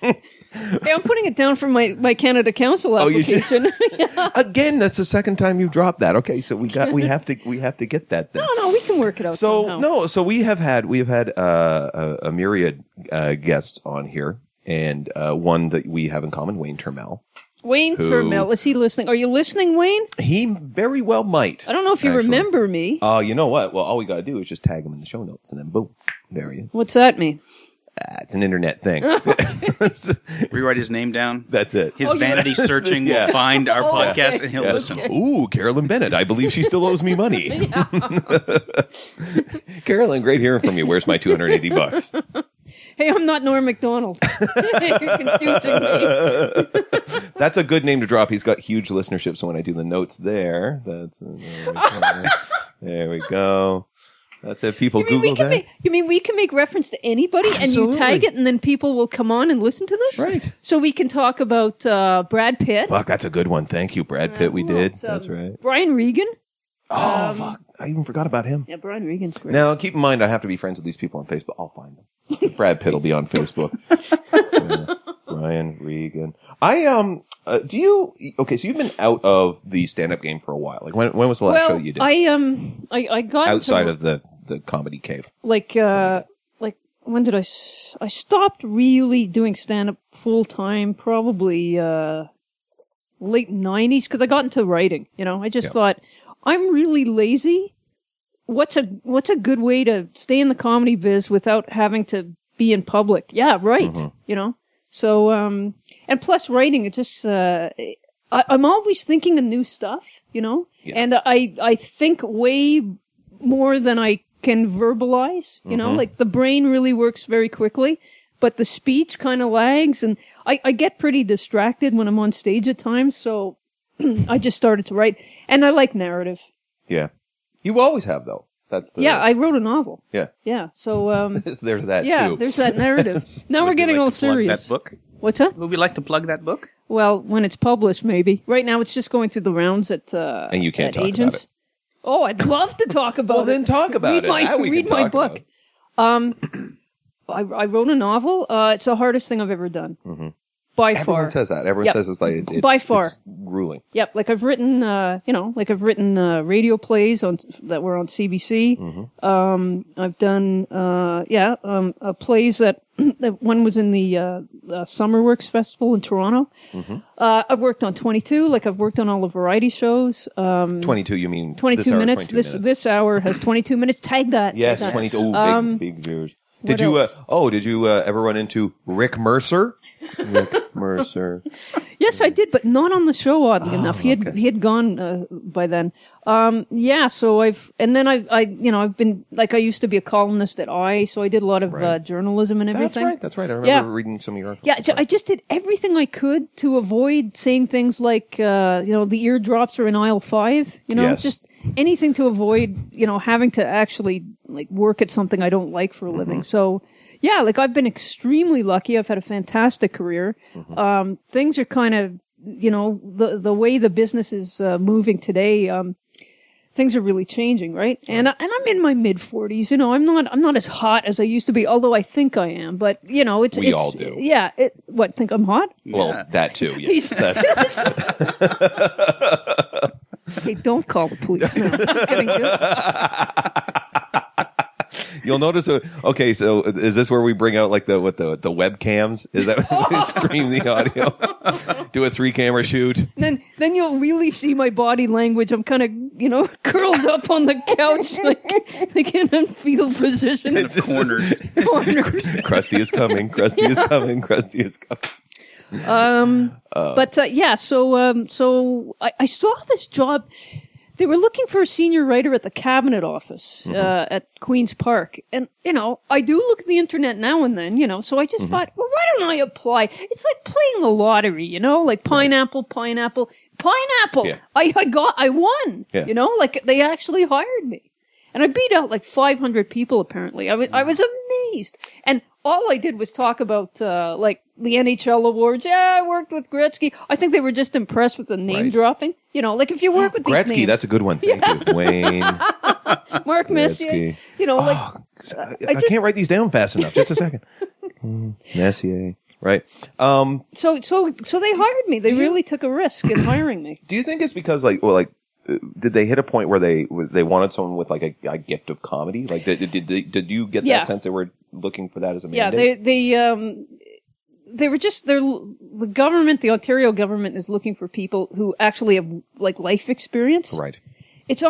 [SPEAKER 2] Hey, I'm putting it down for my, my Canada Council
[SPEAKER 3] Oh, you should-
[SPEAKER 2] application.
[SPEAKER 3] Again, that's the second time you've dropped that. Okay, so we got we have to we have to get that then.
[SPEAKER 2] no, no, we can work it out.
[SPEAKER 3] So
[SPEAKER 2] somehow.
[SPEAKER 3] no, so we have had we have had uh, a, a myriad uh, guests on here, and uh, one that we have in common, Wayne Turmel.
[SPEAKER 2] Wayne
[SPEAKER 3] Who-
[SPEAKER 2] Turmel, is he listening? Are you listening, Wayne?
[SPEAKER 3] He very well might.
[SPEAKER 2] I don't know if you
[SPEAKER 3] Actually.
[SPEAKER 2] remember me.
[SPEAKER 3] Uh, you know what? Well, all we gotta do is just tag him in the show notes, and then boom, there he is.
[SPEAKER 2] What's that mean?
[SPEAKER 3] Ah, it's an internet thing.
[SPEAKER 1] Rewrite his name down.
[SPEAKER 3] That's it.
[SPEAKER 1] His vanity searching
[SPEAKER 3] Yeah.
[SPEAKER 1] will find our
[SPEAKER 2] Oh,
[SPEAKER 1] podcast
[SPEAKER 2] okay.
[SPEAKER 1] and he'll
[SPEAKER 3] Yeah.
[SPEAKER 1] listen.
[SPEAKER 3] Ooh, Carolyn Bennett. I believe she still owes me money. Carolyn, great hearing from you. Where's my 280 bucks?
[SPEAKER 2] Hey, I'm not Norm MacDonald. You're confusing me.
[SPEAKER 3] That's a good name to drop. He's got huge listenership. So when I do the notes there, that's there we go. That's it. People
[SPEAKER 2] You mean, we
[SPEAKER 3] Google
[SPEAKER 2] can
[SPEAKER 3] that.
[SPEAKER 2] make, you mean we can make reference to anybody and
[SPEAKER 3] Absolutely.
[SPEAKER 2] you tag it and then people will come on and listen to this?
[SPEAKER 3] Right.
[SPEAKER 2] So we can talk about uh, Brad Pitt.
[SPEAKER 3] Fuck, that's a good one. Thank you, Brad Pitt. We
[SPEAKER 2] Who
[SPEAKER 3] did.
[SPEAKER 2] else? Um,
[SPEAKER 3] That's right.
[SPEAKER 2] Brian Regan.
[SPEAKER 3] Oh,
[SPEAKER 2] Um,
[SPEAKER 3] fuck. I even forgot about him.
[SPEAKER 2] Yeah, Brian Regan's great.
[SPEAKER 3] Now, keep in mind, I have to be friends with these people on Facebook. I'll find them. Brad Pitt will be on Facebook. Yeah, Ryan Regan. I um. Uh, do you okay? So you've been out of the stand-up game for a while. Like when? When was the last
[SPEAKER 2] well,
[SPEAKER 3] show you did
[SPEAKER 2] I um, I, I got to-
[SPEAKER 3] outside of the the comedy cave?
[SPEAKER 2] like uh like when did i s- i stopped really doing stand up full time probably uh late 90s cuz i got into writing you know i just
[SPEAKER 3] Yeah.
[SPEAKER 2] thought i'm really lazy what's a what's a good way to stay in the comedy biz without having to be in public yeah right
[SPEAKER 3] Mm-hmm.
[SPEAKER 2] you know so um and plus writing it just uh I, I'm always thinking of new stuff, you know,
[SPEAKER 3] Yeah.
[SPEAKER 2] and I I think way more than I can verbalize. You
[SPEAKER 1] Mm-hmm.
[SPEAKER 2] know, like the brain really works very quickly, but the speech kind of lags, and I, I get pretty distracted when I'm on stage at times. So I just started to write, and I like narrative.
[SPEAKER 3] Yeah, you always have though. That's the
[SPEAKER 2] yeah, I wrote a novel.
[SPEAKER 3] yeah.
[SPEAKER 2] Yeah, so um,
[SPEAKER 3] There's that
[SPEAKER 2] yeah,
[SPEAKER 3] too.
[SPEAKER 2] there's that narrative. now we're
[SPEAKER 1] Would you
[SPEAKER 2] getting
[SPEAKER 1] like
[SPEAKER 2] all
[SPEAKER 1] to plug
[SPEAKER 2] serious.
[SPEAKER 1] That book?
[SPEAKER 2] What's that?
[SPEAKER 1] Would we like to plug that book?
[SPEAKER 2] Well, when it's published, maybe. Right now, it's just going through the rounds at uh,
[SPEAKER 3] And you can't
[SPEAKER 2] at
[SPEAKER 3] talk about
[SPEAKER 2] agents.
[SPEAKER 3] it.
[SPEAKER 2] Oh, I'd love to talk about
[SPEAKER 3] well,
[SPEAKER 2] it.
[SPEAKER 3] then talk about
[SPEAKER 2] read
[SPEAKER 3] it.
[SPEAKER 2] my
[SPEAKER 3] That we can
[SPEAKER 2] read my
[SPEAKER 3] talk about.
[SPEAKER 2] book. Um, I, I wrote a novel. Uh, it's the hardest thing I've ever done by
[SPEAKER 3] Mm-hmm. Everyone
[SPEAKER 2] far.
[SPEAKER 3] says that. Everyone
[SPEAKER 2] Yeah.
[SPEAKER 3] says it's like it's,
[SPEAKER 2] By far.
[SPEAKER 3] it's grueling.
[SPEAKER 2] Yep, like I've written, uh, you know, like I've written uh, radio plays on that were on CBC.
[SPEAKER 3] Mm-hmm.
[SPEAKER 2] Um, I've done, uh, yeah, um, uh, plays that, that one was in the uh, uh, SummerWorks Festival in Toronto.
[SPEAKER 3] Mm-hmm.
[SPEAKER 2] Uh, I've worked on 22, like I've worked on all the variety shows. Um,
[SPEAKER 3] Twenty-two. You mean
[SPEAKER 2] 22
[SPEAKER 3] this hour is
[SPEAKER 2] minutes.
[SPEAKER 3] 22
[SPEAKER 2] this
[SPEAKER 3] minutes.
[SPEAKER 2] this hour has 22 minutes. Tag that.
[SPEAKER 3] Yes,
[SPEAKER 2] Tag that. Um,
[SPEAKER 3] twenty. Oh, big, big viewers. Did
[SPEAKER 2] what
[SPEAKER 3] you? Uh,
[SPEAKER 2] else?
[SPEAKER 3] oh, did you uh, ever run into Rick Mercer? Rick Mercer.
[SPEAKER 2] Yes, I did, but not on the show.
[SPEAKER 3] Ah,
[SPEAKER 2] Oddly enough, he had he had gone uh, by then. Um, yeah, so I've and then I I you know I've been like I used to be a columnist at I, so I did a lot of uh,
[SPEAKER 3] Right.
[SPEAKER 2] journalism and
[SPEAKER 3] That's
[SPEAKER 2] everything.
[SPEAKER 3] right. That's right. I remember
[SPEAKER 2] Yeah.
[SPEAKER 3] reading some of your articles.
[SPEAKER 2] Yeah, ju- I just did everything I could to avoid saying things like uh, you know the eardrops are in aisle five. You know,
[SPEAKER 3] Yes.
[SPEAKER 2] just anything to avoid you know having to actually like work at something I don't like for a living. So. Yeah, like I've been extremely lucky. I've had a fantastic career. Um, things are kind of you know the the way the business is uh, moving today um things are really changing right and I, and I'm in my mid 40s you know I'm not I'm not as hot as I used to be although I think I am but you know it's
[SPEAKER 3] We
[SPEAKER 2] it's-
[SPEAKER 3] all do.
[SPEAKER 2] yeah it, what think I'm hot
[SPEAKER 3] Well,
[SPEAKER 1] Yeah.
[SPEAKER 3] that too. Yes, that's
[SPEAKER 2] Hey, don't call the police. No, I'm kidding. Just-
[SPEAKER 3] You'll notice. A, okay, so uh, is this where we bring out like the what the the webcams? Is that where we stream the audio? Do a three camera shoot.
[SPEAKER 2] Then, then you'll really see my body language. I'm kind of, you know, curled up on the couch, like, like in a fetal position,
[SPEAKER 1] cornered.
[SPEAKER 2] cornered.
[SPEAKER 3] Krusty is coming. Krusty is coming. Krusty is coming.
[SPEAKER 2] but uh, yeah, so um, so I, I saw this job. They were looking for a senior writer at the cabinet office
[SPEAKER 3] Mm-hmm.
[SPEAKER 2] uh, at Queens Park, and you know I do look at the internet now and then, you know. So I just
[SPEAKER 3] Mm-hmm.
[SPEAKER 2] thought, well, why don't I apply? It's like playing the lottery, you know, like pineapple, pineapple, pineapple.
[SPEAKER 3] Yeah.
[SPEAKER 2] I, I got, I won.
[SPEAKER 3] Yeah.
[SPEAKER 2] You know, like they actually hired me, and I beat out like 500 people. Apparently, I was I was amazed, and all I did was talk about uh, like the NHL awards. Yeah, I worked with Gretzky. I think they were just impressed with the name
[SPEAKER 3] Right.
[SPEAKER 2] dropping. You know, like if you work with these
[SPEAKER 3] Gretzky,
[SPEAKER 2] names,
[SPEAKER 3] that's a good one. Thank you, Wayne. I,
[SPEAKER 2] Mark Messier.
[SPEAKER 3] Gretzky.
[SPEAKER 2] You know, like just-
[SPEAKER 3] can't write these down fast enough. Just a second. Mm, Messier. Right. Um,
[SPEAKER 2] so so so they hired me. They really took a risk in hiring me.
[SPEAKER 3] do you think it's because like well like uh, did they hit a point where they where they wanted someone with like a, a gift of comedy? Like did did, did, did you get
[SPEAKER 2] Yeah.
[SPEAKER 3] that sense they were looking for that as a
[SPEAKER 2] Yeah,
[SPEAKER 3] mandate?
[SPEAKER 2] they they um they were just they're l- the government, the Ontario government is looking for people who actually have like life experience.
[SPEAKER 3] right.
[SPEAKER 2] It's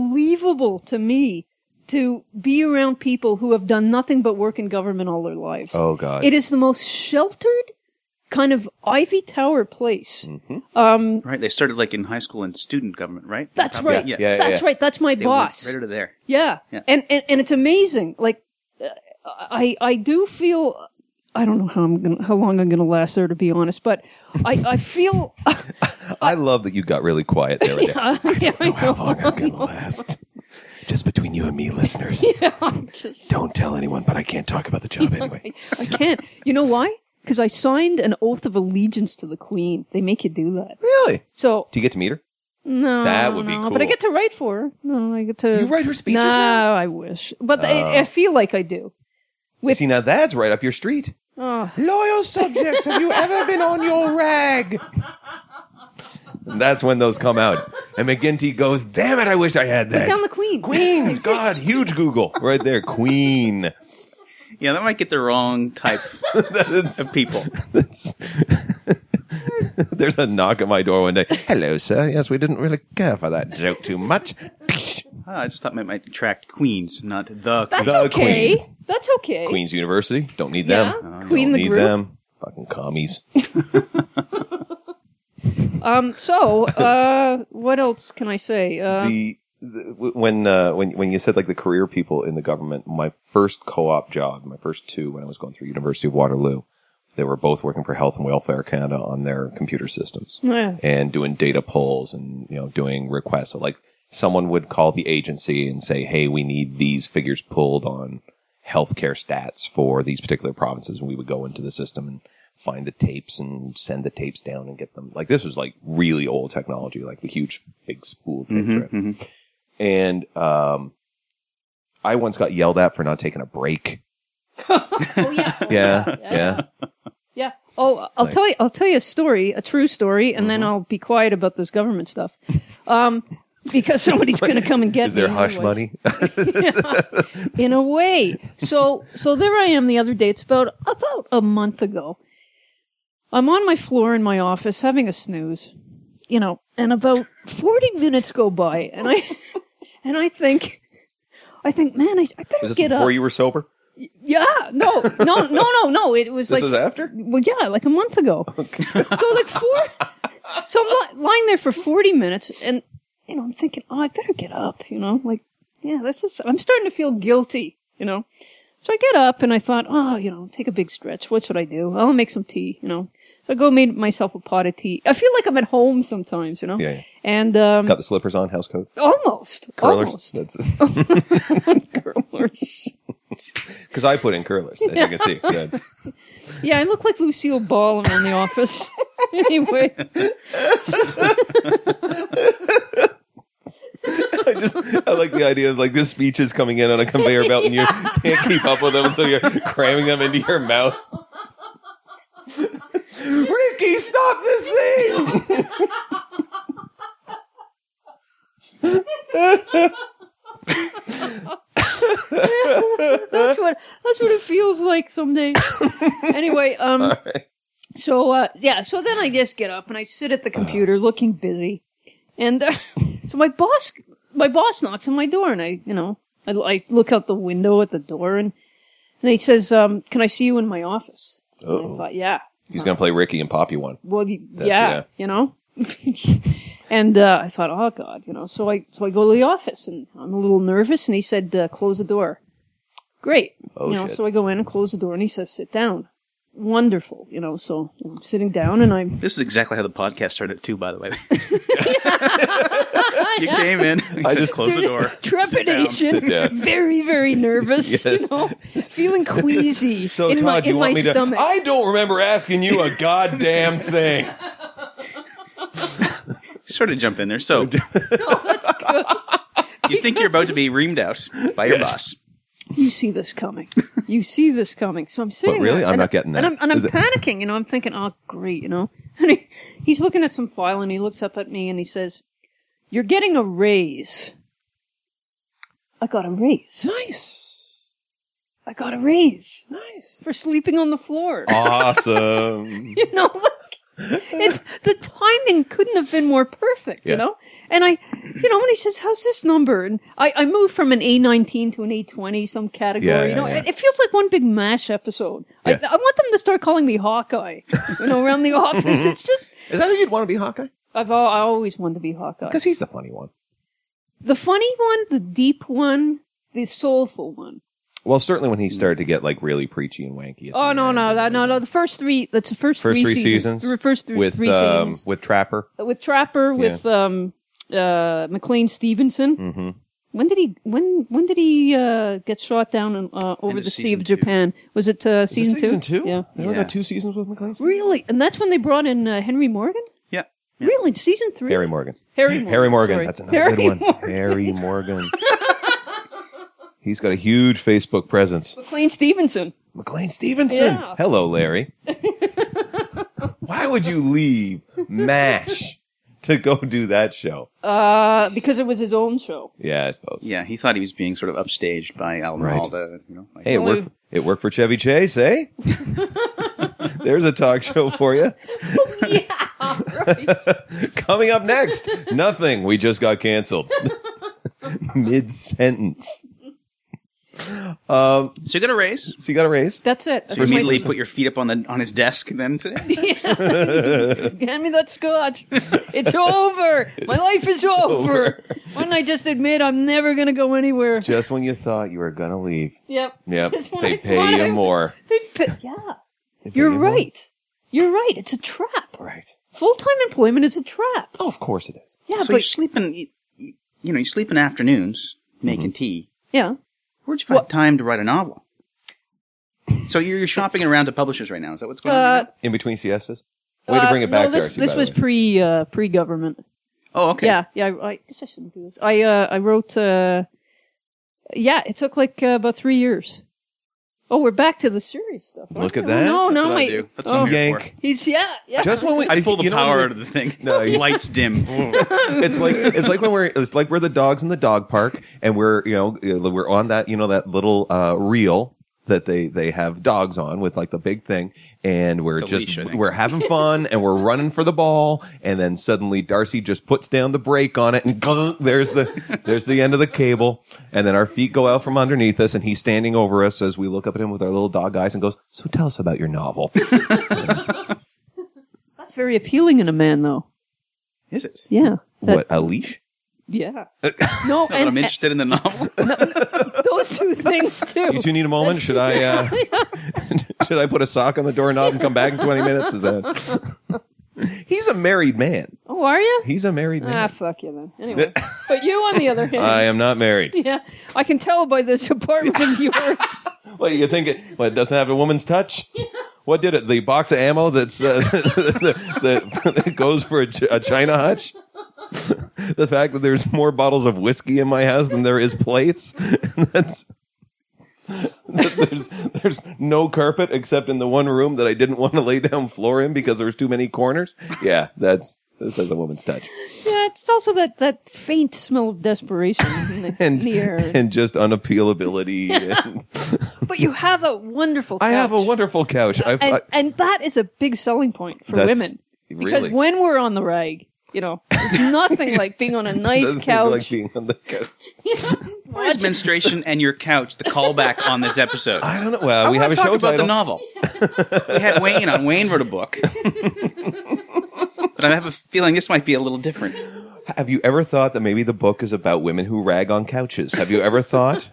[SPEAKER 2] unbelievable to me to be around people who have done nothing but work in government all their lives.
[SPEAKER 3] Oh god.
[SPEAKER 2] It is the most sheltered kind of Ivy Tower place.
[SPEAKER 3] Mm.
[SPEAKER 1] Right? They started like in high school in student government, right?
[SPEAKER 2] That's
[SPEAKER 1] Probably,
[SPEAKER 2] right.
[SPEAKER 1] Yeah.
[SPEAKER 3] Yeah,
[SPEAKER 2] That's
[SPEAKER 3] yeah.
[SPEAKER 2] right. That's my
[SPEAKER 1] They went
[SPEAKER 2] boss.
[SPEAKER 1] Right out of there.
[SPEAKER 2] yeah.
[SPEAKER 1] Yeah.
[SPEAKER 2] And, and and it's amazing. Like uh, I I do feel I don't know how I'm gonna, how long I'm going to last there to be honest, but I I feel
[SPEAKER 3] I love that you got really quiet there. yeah.
[SPEAKER 2] yeah, I know.
[SPEAKER 3] How long I'm gonna last? Just between you and me, listeners.
[SPEAKER 2] I'm just
[SPEAKER 3] Don't tell anyone, but I can't talk about the job anyway.
[SPEAKER 2] I can't. You know why? Cuz I signed an oath of allegiance to the queen. They make you do that.
[SPEAKER 3] Really?
[SPEAKER 2] So
[SPEAKER 3] Do you get to meet her?
[SPEAKER 2] No,
[SPEAKER 3] That would be
[SPEAKER 2] no, But I
[SPEAKER 3] cool.
[SPEAKER 2] get to write for her. No, I get to.
[SPEAKER 3] You write her speeches
[SPEAKER 2] no,
[SPEAKER 3] now? Oh.
[SPEAKER 2] I wish, but I, I feel like I do. With-
[SPEAKER 3] See, now that's right up your street.
[SPEAKER 2] Oh,
[SPEAKER 3] Loyal subjects, have you ever been on your rag? That's when those come out. And McGinty goes, Damn it, I wish I had that.
[SPEAKER 2] down the queen.
[SPEAKER 3] Queen! God, huge Google. Right there, Queen.
[SPEAKER 1] Yeah, that might get the wrong type
[SPEAKER 3] That's-
[SPEAKER 1] of people.
[SPEAKER 3] that's- There's a knock at my door one day. Hello, sir. Yes, we didn't really care for that joke too much.
[SPEAKER 1] Ah, I just thought it might attract queens, not the
[SPEAKER 2] That's
[SPEAKER 1] queens.
[SPEAKER 3] The
[SPEAKER 2] okay.
[SPEAKER 3] queen.
[SPEAKER 2] That's okay.
[SPEAKER 3] Queens University, don't need
[SPEAKER 2] Yeah.
[SPEAKER 3] them.
[SPEAKER 2] queen
[SPEAKER 3] Don't
[SPEAKER 2] the
[SPEAKER 3] need
[SPEAKER 2] group.
[SPEAKER 3] them. Fucking commies.
[SPEAKER 2] Um. So, uh, what else can I say? Uh,
[SPEAKER 3] the, the w- when uh, when when you said like the career people in the government, my first co-op job, my first two when I was going through University of Waterloo, they were both working for Health and Welfare Canada on their computer systems
[SPEAKER 2] Yeah.
[SPEAKER 3] and doing data polls and you know doing requests. So like someone would call the agency and say, "Hey, we need these figures pulled on healthcare stats for these particular provinces," and we would go into the system and find the tapes and send the tapes down and get them. Like this was like really old technology, like the huge big spool tape
[SPEAKER 1] Mm-hmm.
[SPEAKER 3] drive. And um, I once got yelled at for not taking a break.
[SPEAKER 2] oh yeah.
[SPEAKER 3] Yeah,
[SPEAKER 2] Yeah. Yeah. Oh, I'll tell you. I'll tell you a story, a true story, and
[SPEAKER 3] Mm-hmm.
[SPEAKER 2] then I'll be quiet about this government stuff, um, because somebody's going to come and get
[SPEAKER 3] Is there
[SPEAKER 2] me
[SPEAKER 3] hush
[SPEAKER 2] otherwise.
[SPEAKER 3] money?
[SPEAKER 2] in a way. So so there I am the other day. It's about about a month ago. I'm on my floor in my office having a snooze, you know, and about 40 minutes go by and I and I think I think, man, I, I better
[SPEAKER 3] Was this
[SPEAKER 2] get
[SPEAKER 3] before
[SPEAKER 2] up.
[SPEAKER 3] you were sober?
[SPEAKER 2] yeah, no, no, no, no, no. It was
[SPEAKER 3] This
[SPEAKER 2] like
[SPEAKER 3] is after?
[SPEAKER 2] well, yeah, like a month ago. so like four. So I'm li- lying there for forty minutes, and you know I'm thinking, oh, I better get up. You know, like yeah, this is. I'm starting to feel guilty. You know, so I get up and I thought, oh, you know, take a big stretch. What should I do? Oh, I'll make some tea. You know, so I go made myself a pot of tea. I feel like I'm at home sometimes. You know,
[SPEAKER 3] Yeah, yeah.
[SPEAKER 2] and um,
[SPEAKER 3] Got the slippers on, house coat,
[SPEAKER 2] almost,
[SPEAKER 3] curlers.
[SPEAKER 2] almost
[SPEAKER 3] That's
[SPEAKER 2] curlers.
[SPEAKER 3] because I put in curlers, as you can see. Yeah, it's-
[SPEAKER 2] Yeah, I look like Lucille Ball around the office. anyway.
[SPEAKER 3] I just I like the idea of like this speech is coming in on a conveyor belt and you can't keep up with them, so you're cramming them into your mouth. Ricky, stop this thing!
[SPEAKER 2] um, So uh, yeah, so then I just get up and I sit at the computer looking busy, and uh, so my boss, my boss knocks on my door, and I, you know, I, I look out the window at the door, and and he says, um, "Can I see you in my office?" And I
[SPEAKER 3] Uh-oh.
[SPEAKER 2] thought, yeah,
[SPEAKER 3] He's going to play Ricky and Poppy one.
[SPEAKER 2] well, y- yeah,
[SPEAKER 3] That's- yeah.
[SPEAKER 2] you know. and uh, I thought, oh God, you know. So I so I go to the office and I'm a little nervous. And he said, uh, close the door. Great.
[SPEAKER 3] Oh,
[SPEAKER 2] you know,
[SPEAKER 3] shit.
[SPEAKER 2] so I go in and close the door, and he says, sit down. Wonderful, you know. So I'm sitting down, and I'm
[SPEAKER 1] This is exactly how the podcast started, too, by the way. you came in. I just closed the door. sit down.
[SPEAKER 2] trepidation,
[SPEAKER 3] Sit down.
[SPEAKER 2] very very nervous, you
[SPEAKER 3] Yes.
[SPEAKER 2] know, feeling queasy in my in my stomach.
[SPEAKER 3] I don't remember asking you a goddamn thing.
[SPEAKER 1] Sort of jump in there. So
[SPEAKER 2] No, that's good.
[SPEAKER 1] you think you're about to be reamed out by your boss.
[SPEAKER 2] you see this coming. You see this coming. So I'm sitting.
[SPEAKER 3] really?
[SPEAKER 2] there,
[SPEAKER 3] I'm
[SPEAKER 2] and
[SPEAKER 3] not
[SPEAKER 2] I-
[SPEAKER 3] getting
[SPEAKER 2] And
[SPEAKER 3] that.
[SPEAKER 2] I'm, and I'm
[SPEAKER 3] Is it-
[SPEAKER 2] panicking. You know, I'm thinking, oh, great. You know, and he, he's looking at some file, and he looks up at me, and he says, "You're getting a raise." I got a raise.
[SPEAKER 3] Nice.
[SPEAKER 2] I got a raise
[SPEAKER 3] Nice.
[SPEAKER 2] for sleeping on the floor.
[SPEAKER 3] Awesome.
[SPEAKER 2] you know, like it, the timing couldn't have been more perfect.
[SPEAKER 3] Yeah.
[SPEAKER 2] You know. And I, you know, when he says, "How's this number?" and I, I moved from an A19 to an A20, some category.
[SPEAKER 3] Yeah, yeah,
[SPEAKER 2] you know,
[SPEAKER 3] yeah.
[SPEAKER 2] It, it feels like one big mash episode.
[SPEAKER 3] Yeah.
[SPEAKER 2] I, I want them to start calling me Hawkeye. You know, around the office, it's just
[SPEAKER 3] Is that who you'd want to be, Hawkeye?
[SPEAKER 2] I've al- I always wanted to be Hawkeye.
[SPEAKER 3] Because he's the funny one.
[SPEAKER 2] The funny one, the deep one, the soulful one.
[SPEAKER 3] Well, certainly when he started to get like really preachy and wanky. at
[SPEAKER 2] Oh
[SPEAKER 3] the
[SPEAKER 2] no,
[SPEAKER 3] end
[SPEAKER 2] no, no, no,
[SPEAKER 3] and then
[SPEAKER 2] no! The first three. That's the first,
[SPEAKER 3] First three seasons
[SPEAKER 2] The first three,
[SPEAKER 3] with
[SPEAKER 2] three
[SPEAKER 3] um,
[SPEAKER 2] seasons
[SPEAKER 3] with Trapper.
[SPEAKER 2] with Trapper, with um, uh, McLean Stevenson.
[SPEAKER 3] Mm-hmm.
[SPEAKER 2] When did he? When when did he uh, get shot down in, uh,
[SPEAKER 1] End
[SPEAKER 2] over
[SPEAKER 1] of
[SPEAKER 2] the Sea of
[SPEAKER 1] season two.
[SPEAKER 2] Japan? Was it uh, season,
[SPEAKER 3] season two?
[SPEAKER 2] Yeah.
[SPEAKER 3] You only
[SPEAKER 1] Yeah.
[SPEAKER 3] got two seasons with McLean.
[SPEAKER 2] Really? And that's when they brought in uh, Henry Morgan.
[SPEAKER 1] Yeah.
[SPEAKER 2] Really, season three.
[SPEAKER 3] Harry Morgan.
[SPEAKER 2] Harry Morgan.
[SPEAKER 3] Harry Morgan.
[SPEAKER 2] sorry.
[SPEAKER 3] That's another
[SPEAKER 2] Harry
[SPEAKER 3] good one.
[SPEAKER 2] Morgan.
[SPEAKER 3] Harry Morgan. He's got a huge Facebook presence.
[SPEAKER 2] McLean Stevenson.
[SPEAKER 3] McLean Stevenson.
[SPEAKER 2] Yeah.
[SPEAKER 3] Hello, Larry. Why would you leave MASH to go do that show?
[SPEAKER 2] Uh, because it was his own show.
[SPEAKER 3] Yeah, I suppose.
[SPEAKER 1] Yeah, he thought he was being sort of upstaged by Al
[SPEAKER 3] Right.
[SPEAKER 1] Malda, you know, like,
[SPEAKER 3] Hey, it worked. For, it worked for Chevy Chase, eh? There's a talk show for you.
[SPEAKER 2] yeah. Right.
[SPEAKER 3] Coming up next, nothing. We just got canceled. Mid sentence. Um,
[SPEAKER 1] So you got a raise.
[SPEAKER 3] so you got a raise?
[SPEAKER 2] That's it. That's
[SPEAKER 1] You
[SPEAKER 2] my-
[SPEAKER 1] immediately put your feet up on the on his desk. And then say,
[SPEAKER 2] Hand me that scotch. It's over. My life is over. Why don't I just admit I'm never gonna go anywhere?
[SPEAKER 3] Just when you thought you were gonna leave.
[SPEAKER 2] Yep.
[SPEAKER 3] Yep.
[SPEAKER 2] Just when
[SPEAKER 3] They
[SPEAKER 2] I
[SPEAKER 3] pay
[SPEAKER 2] thought I
[SPEAKER 3] you
[SPEAKER 2] was-
[SPEAKER 3] more.
[SPEAKER 2] They pay- yeah.
[SPEAKER 3] They pay
[SPEAKER 2] You're
[SPEAKER 3] you more.
[SPEAKER 2] right. You're right. It's a trap.
[SPEAKER 3] Right.
[SPEAKER 2] Full time employment is a trap.
[SPEAKER 3] Oh, of course it is.
[SPEAKER 2] Yeah,
[SPEAKER 1] so you
[SPEAKER 2] but
[SPEAKER 1] sleep in, you, you know, you sleep in afternoons making tea.
[SPEAKER 2] yeah.
[SPEAKER 1] Where'd you find time to write a novel? So you're, you're shopping around to publishers right now. Is that what's going on? right
[SPEAKER 2] Uh,
[SPEAKER 1] now?
[SPEAKER 3] In between siestas. Way to
[SPEAKER 2] uh,
[SPEAKER 3] bring it
[SPEAKER 2] no,
[SPEAKER 3] back,
[SPEAKER 2] this,
[SPEAKER 3] Darcy.
[SPEAKER 2] This
[SPEAKER 3] by
[SPEAKER 2] was
[SPEAKER 3] the way.
[SPEAKER 2] pre uh, pre government.
[SPEAKER 1] Oh, okay.
[SPEAKER 2] Yeah, yeah. I, I guess I shouldn't do this. I uh, I wrote. Uh, yeah, it took like uh, about three years. Oh, we're back to the serious stuff. aren't
[SPEAKER 3] Look at
[SPEAKER 2] we?
[SPEAKER 3] that.
[SPEAKER 2] Oh,
[SPEAKER 1] That's
[SPEAKER 2] no,
[SPEAKER 1] what I
[SPEAKER 2] my,
[SPEAKER 1] do. That's what
[SPEAKER 2] oh,
[SPEAKER 1] I'm here
[SPEAKER 3] yank.
[SPEAKER 2] he's yeah, yeah.
[SPEAKER 3] Just when we,
[SPEAKER 1] I pull the
[SPEAKER 3] you know,
[SPEAKER 1] power out of the thing.
[SPEAKER 3] No, you-
[SPEAKER 1] lights dim.
[SPEAKER 3] it's like it's like when we're it's like we're the dogs in the dog park, and we're you know we're on that you know that little uh, reel that they they have dogs on with like the big thing, and we're
[SPEAKER 1] It's a
[SPEAKER 3] just
[SPEAKER 1] leash, I think.
[SPEAKER 3] we're having fun and we're running for the ball, and then suddenly Darcy just puts down the brake on it, and gunk, there's the there's the end of the cable, and then our feet go out from underneath us, and he's standing over us as we look up at him with our little dog eyes and goes, "So tell us about your novel."
[SPEAKER 2] That's very appealing in a man, though.
[SPEAKER 1] Is it?
[SPEAKER 2] Yeah. That-
[SPEAKER 3] what a leash?
[SPEAKER 2] Yeah.
[SPEAKER 1] Now
[SPEAKER 2] No,
[SPEAKER 1] that I'm
[SPEAKER 2] and, and
[SPEAKER 1] interested in the novel.
[SPEAKER 2] those two things too.
[SPEAKER 3] You two need a moment. Should I? Uh, Should I put a sock on the doorknob and come back in 20 minutes? Is that... He's a married man.
[SPEAKER 2] oh, are you?
[SPEAKER 3] He's a married man.
[SPEAKER 2] Ah, fuck you then. Anyway, but you on the other hand,
[SPEAKER 3] I am not married.
[SPEAKER 2] yeah, I can tell by this apartment of yours.
[SPEAKER 3] What you think? It, what it doesn't have a woman's touch? What did it? The box of ammo that's uh, that, that goes for a, ch- a China hutch. the fact that there's more bottles of whiskey in my house than there is plates. that's. that there's there's no carpet except in the one room that I didn't want to lay down floor in because there was too many corners. Yeah, that's This has a woman's touch.
[SPEAKER 2] Yeah, it's also that, that faint smell of desperation in the,
[SPEAKER 3] And,
[SPEAKER 2] in the air.
[SPEAKER 3] and just unappealability. and-
[SPEAKER 2] but you have a wonderful.
[SPEAKER 3] I have a
[SPEAKER 2] couch.
[SPEAKER 3] wonderful couch. I've,
[SPEAKER 2] and,
[SPEAKER 3] I-
[SPEAKER 2] and that is a big selling point for
[SPEAKER 3] That's-
[SPEAKER 2] women because
[SPEAKER 3] really?
[SPEAKER 2] when we're on the rag, you know, it's nothing like being on a nice
[SPEAKER 3] Doesn't feel like
[SPEAKER 2] couch.
[SPEAKER 3] being on the couch.
[SPEAKER 1] Why is menstruation and your couch the callback on this episode?
[SPEAKER 3] I don't know. Well, we
[SPEAKER 1] I
[SPEAKER 3] have
[SPEAKER 1] wanna
[SPEAKER 3] a
[SPEAKER 1] talk about
[SPEAKER 3] show title.
[SPEAKER 1] the novel. we had Wayne on. Wayne wrote a book, but I have a feeling this might be a little different.
[SPEAKER 3] Have you ever thought that maybe the book is about women who rag on couches? Have you ever thought?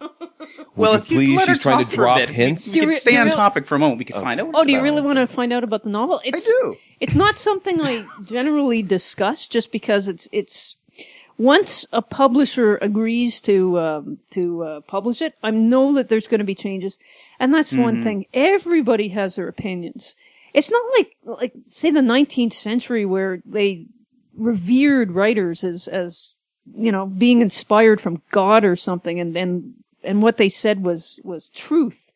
[SPEAKER 1] well,
[SPEAKER 3] you
[SPEAKER 1] if you
[SPEAKER 3] please?
[SPEAKER 1] let her
[SPEAKER 3] She's trying to
[SPEAKER 1] talk for a
[SPEAKER 3] drop
[SPEAKER 1] bit, we-
[SPEAKER 3] hints.
[SPEAKER 1] We,
[SPEAKER 2] Do
[SPEAKER 1] can
[SPEAKER 2] you-
[SPEAKER 1] stay
[SPEAKER 2] do
[SPEAKER 1] on
[SPEAKER 2] you-
[SPEAKER 1] topic for a moment. We can find out. what
[SPEAKER 2] Oh,
[SPEAKER 1] it's
[SPEAKER 2] do you
[SPEAKER 1] about.
[SPEAKER 2] really want to find out about the novel? It's,
[SPEAKER 1] do.
[SPEAKER 2] It's not something I generally discuss, just because it's it's. Once a publisher agrees to um, to uh, publish it, I know that there's going to be changes, and that's
[SPEAKER 1] Mm-hmm.
[SPEAKER 2] one thing. Everybody has their opinions. It's not like like say the 19th century where they revered writers as as you know being inspired from God or something, and and and what they said was was truth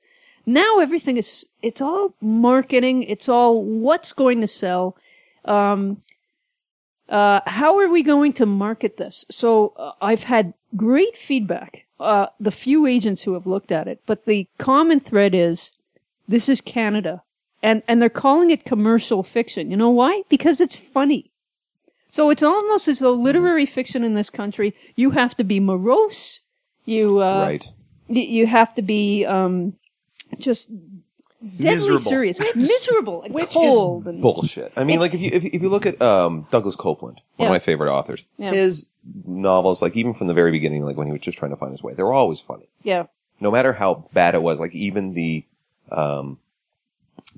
[SPEAKER 2] now everything is it's all marketing it's all what's going to sell um uh how are we going to market this so uh, i've had great feedback uh the few agents who have looked at it but the common thread is this is canada and and they're calling it commercial fiction you know why because it's funny so it's almost as though literary fiction in this country you have to be morose you uh
[SPEAKER 3] right.
[SPEAKER 2] y- you have to be um, just deadly
[SPEAKER 1] Miserable.
[SPEAKER 2] serious, miserable, and cold. and,
[SPEAKER 3] Bullshit. I mean, like if you if, if you look at um, Douglas Copeland,
[SPEAKER 2] Yeah.
[SPEAKER 3] one of my favorite authors,
[SPEAKER 2] Yeah.
[SPEAKER 3] his novels, like even from the very beginning, like when he was just trying to find his way, they were always funny.
[SPEAKER 2] yeah,
[SPEAKER 3] no matter how bad it was, like even the um,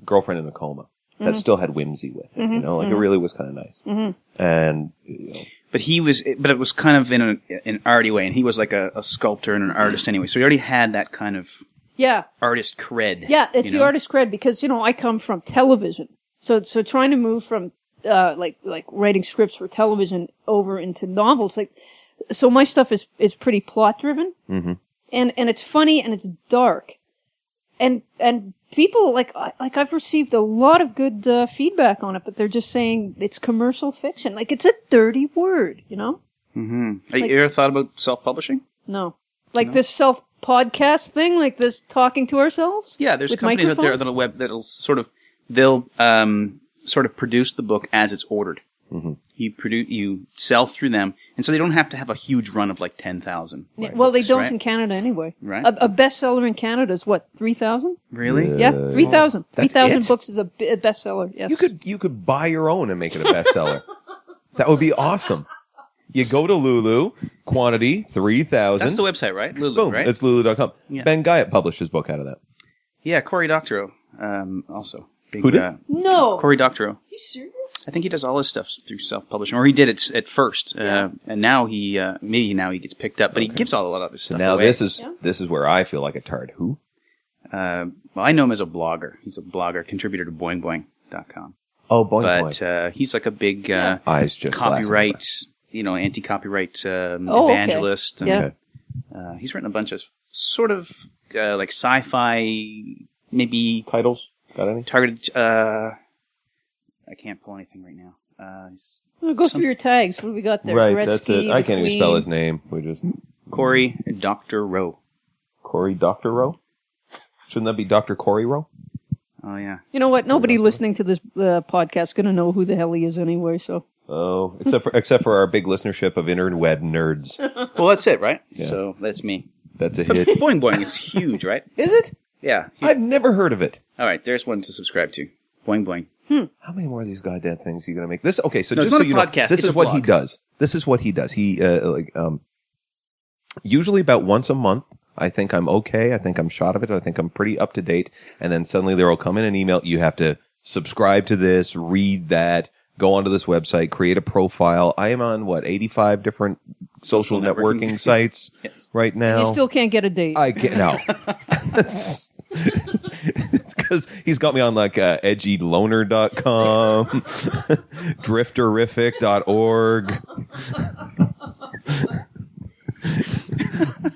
[SPEAKER 3] girlfriend in a coma that
[SPEAKER 1] Mm-hmm.
[SPEAKER 3] still had whimsy with it, you know, like it really was kind of nice.
[SPEAKER 1] Mm-hmm.
[SPEAKER 3] And you know,
[SPEAKER 1] but he was but it was kind of in an, an arty way and he was like a, a sculptor and an artist anyway so he already had that kind of
[SPEAKER 2] yeah,
[SPEAKER 1] artist cred
[SPEAKER 2] yeah. It's
[SPEAKER 1] you
[SPEAKER 2] the
[SPEAKER 1] know?
[SPEAKER 2] artist cred because you know I come from television, so so trying to move from uh, like like writing scripts for television over into novels, like so my stuff is is pretty plot driven,
[SPEAKER 1] Mm-hmm.
[SPEAKER 2] and and it's funny and it's dark, and and people like I, like I've received a lot of good uh, feedback on it, but they're just saying it's commercial fiction, like it's a dirty word, you know?
[SPEAKER 1] Have you ever thought about self-publishing
[SPEAKER 2] No, like this self podcast thing, like this talking to ourselves.
[SPEAKER 1] yeah there's
[SPEAKER 2] with
[SPEAKER 1] companies out there
[SPEAKER 2] microphones?
[SPEAKER 1] that'll web that'll sort of they'll um, sort of produce the book as it's ordered
[SPEAKER 3] Mm-hmm.
[SPEAKER 1] you produce you sell through them and so they don't have to have a huge run of like 10,000
[SPEAKER 2] Yeah, well, they
[SPEAKER 1] books,
[SPEAKER 2] don't
[SPEAKER 1] right?
[SPEAKER 2] in Canada anyway.
[SPEAKER 1] Right.
[SPEAKER 2] A, a bestseller in Canada is what three thousand?
[SPEAKER 1] really
[SPEAKER 2] Yeah, three thousand. Three
[SPEAKER 3] Uh, oh, That's
[SPEAKER 2] thousand
[SPEAKER 3] it?
[SPEAKER 2] books is a, b- a bestseller. Yes.
[SPEAKER 3] you could you could buy your own and make it a bestseller. that would be awesome. You go to Lulu, quantity three
[SPEAKER 1] that's
[SPEAKER 3] thousand.
[SPEAKER 1] the website right Lulu
[SPEAKER 3] Boom,
[SPEAKER 1] right
[SPEAKER 3] it's Lulu.com.
[SPEAKER 1] Yeah.
[SPEAKER 3] Ben Guyot published his book out of that.
[SPEAKER 1] yeah Cory Doctorow um, also Big,
[SPEAKER 3] Who did?
[SPEAKER 1] uh,
[SPEAKER 2] no.
[SPEAKER 1] Cory Doctorow
[SPEAKER 2] you serious?
[SPEAKER 1] I think he does all his stuff through self-publishing, or he did it s- at first, uh, and now he uh, maybe now he gets picked up, but he gives all a lot of his stuff.
[SPEAKER 3] Now
[SPEAKER 1] away.
[SPEAKER 3] this is
[SPEAKER 2] Yeah.
[SPEAKER 3] this is where I feel like a tard. Who?
[SPEAKER 1] uh, well, I know him as a blogger. He's a blogger, contributor to BoingBoing.com,
[SPEAKER 3] Oh boy,
[SPEAKER 1] but uh, he's like a big uh,
[SPEAKER 3] eyes just glassing over.
[SPEAKER 1] copyright, you know, anti-copyright um,
[SPEAKER 2] Oh, okay.
[SPEAKER 1] evangelist. And,
[SPEAKER 2] Yeah.
[SPEAKER 3] Okay.
[SPEAKER 1] uh, he's written a bunch of sort of uh, like sci-fi, maybe
[SPEAKER 3] Titles? Got any?
[SPEAKER 1] targeted. Uh, I can't pull anything right now. Uh, he's-
[SPEAKER 2] Well, go through your tags. What do we got there?
[SPEAKER 3] Right, that's it.
[SPEAKER 2] Gretzky,
[SPEAKER 3] I can't even
[SPEAKER 2] McQueen.
[SPEAKER 3] spell his name. We just
[SPEAKER 1] Corey Doctor Rowe.
[SPEAKER 3] Corey Doctor Rowe. Shouldn't that be Doctor Corey Rowe?
[SPEAKER 1] Oh yeah.
[SPEAKER 2] You know what? Nobody listening to this uh, podcast is going to know who the hell he is anyway. So
[SPEAKER 3] Oh, except for except for our big listenership of interweb nerds.
[SPEAKER 1] Well, that's it, right? So that's me.
[SPEAKER 3] That's a
[SPEAKER 1] But
[SPEAKER 3] hit.
[SPEAKER 1] Boing Boing is huge, right?
[SPEAKER 3] Is it?
[SPEAKER 1] Yeah.
[SPEAKER 3] I've never heard of it.
[SPEAKER 1] All right, there's one to subscribe to. Boing Boing.
[SPEAKER 3] How many more of these goddamn things are you gonna make? This okay? So
[SPEAKER 1] No, it's
[SPEAKER 3] just
[SPEAKER 1] not
[SPEAKER 3] so
[SPEAKER 1] a
[SPEAKER 3] you know,
[SPEAKER 1] podcast,
[SPEAKER 3] this
[SPEAKER 1] it's
[SPEAKER 3] is
[SPEAKER 1] a
[SPEAKER 3] what he
[SPEAKER 1] blog.
[SPEAKER 3] does. This is what he does. He uh, like um, usually about once a month. I think I'm okay. I think I'm shot of it. I think I'm pretty up to date. And then suddenly there will come in an email. You have to subscribe to this, read that, go onto this website, create a profile. I am on what 85 different social
[SPEAKER 1] networking.
[SPEAKER 3] networking sites
[SPEAKER 1] Yes.
[SPEAKER 3] right now.
[SPEAKER 2] you still can't get a date.
[SPEAKER 3] I get no. That's it's because he's got me on like uh, edgyloner.com, drifterific.org,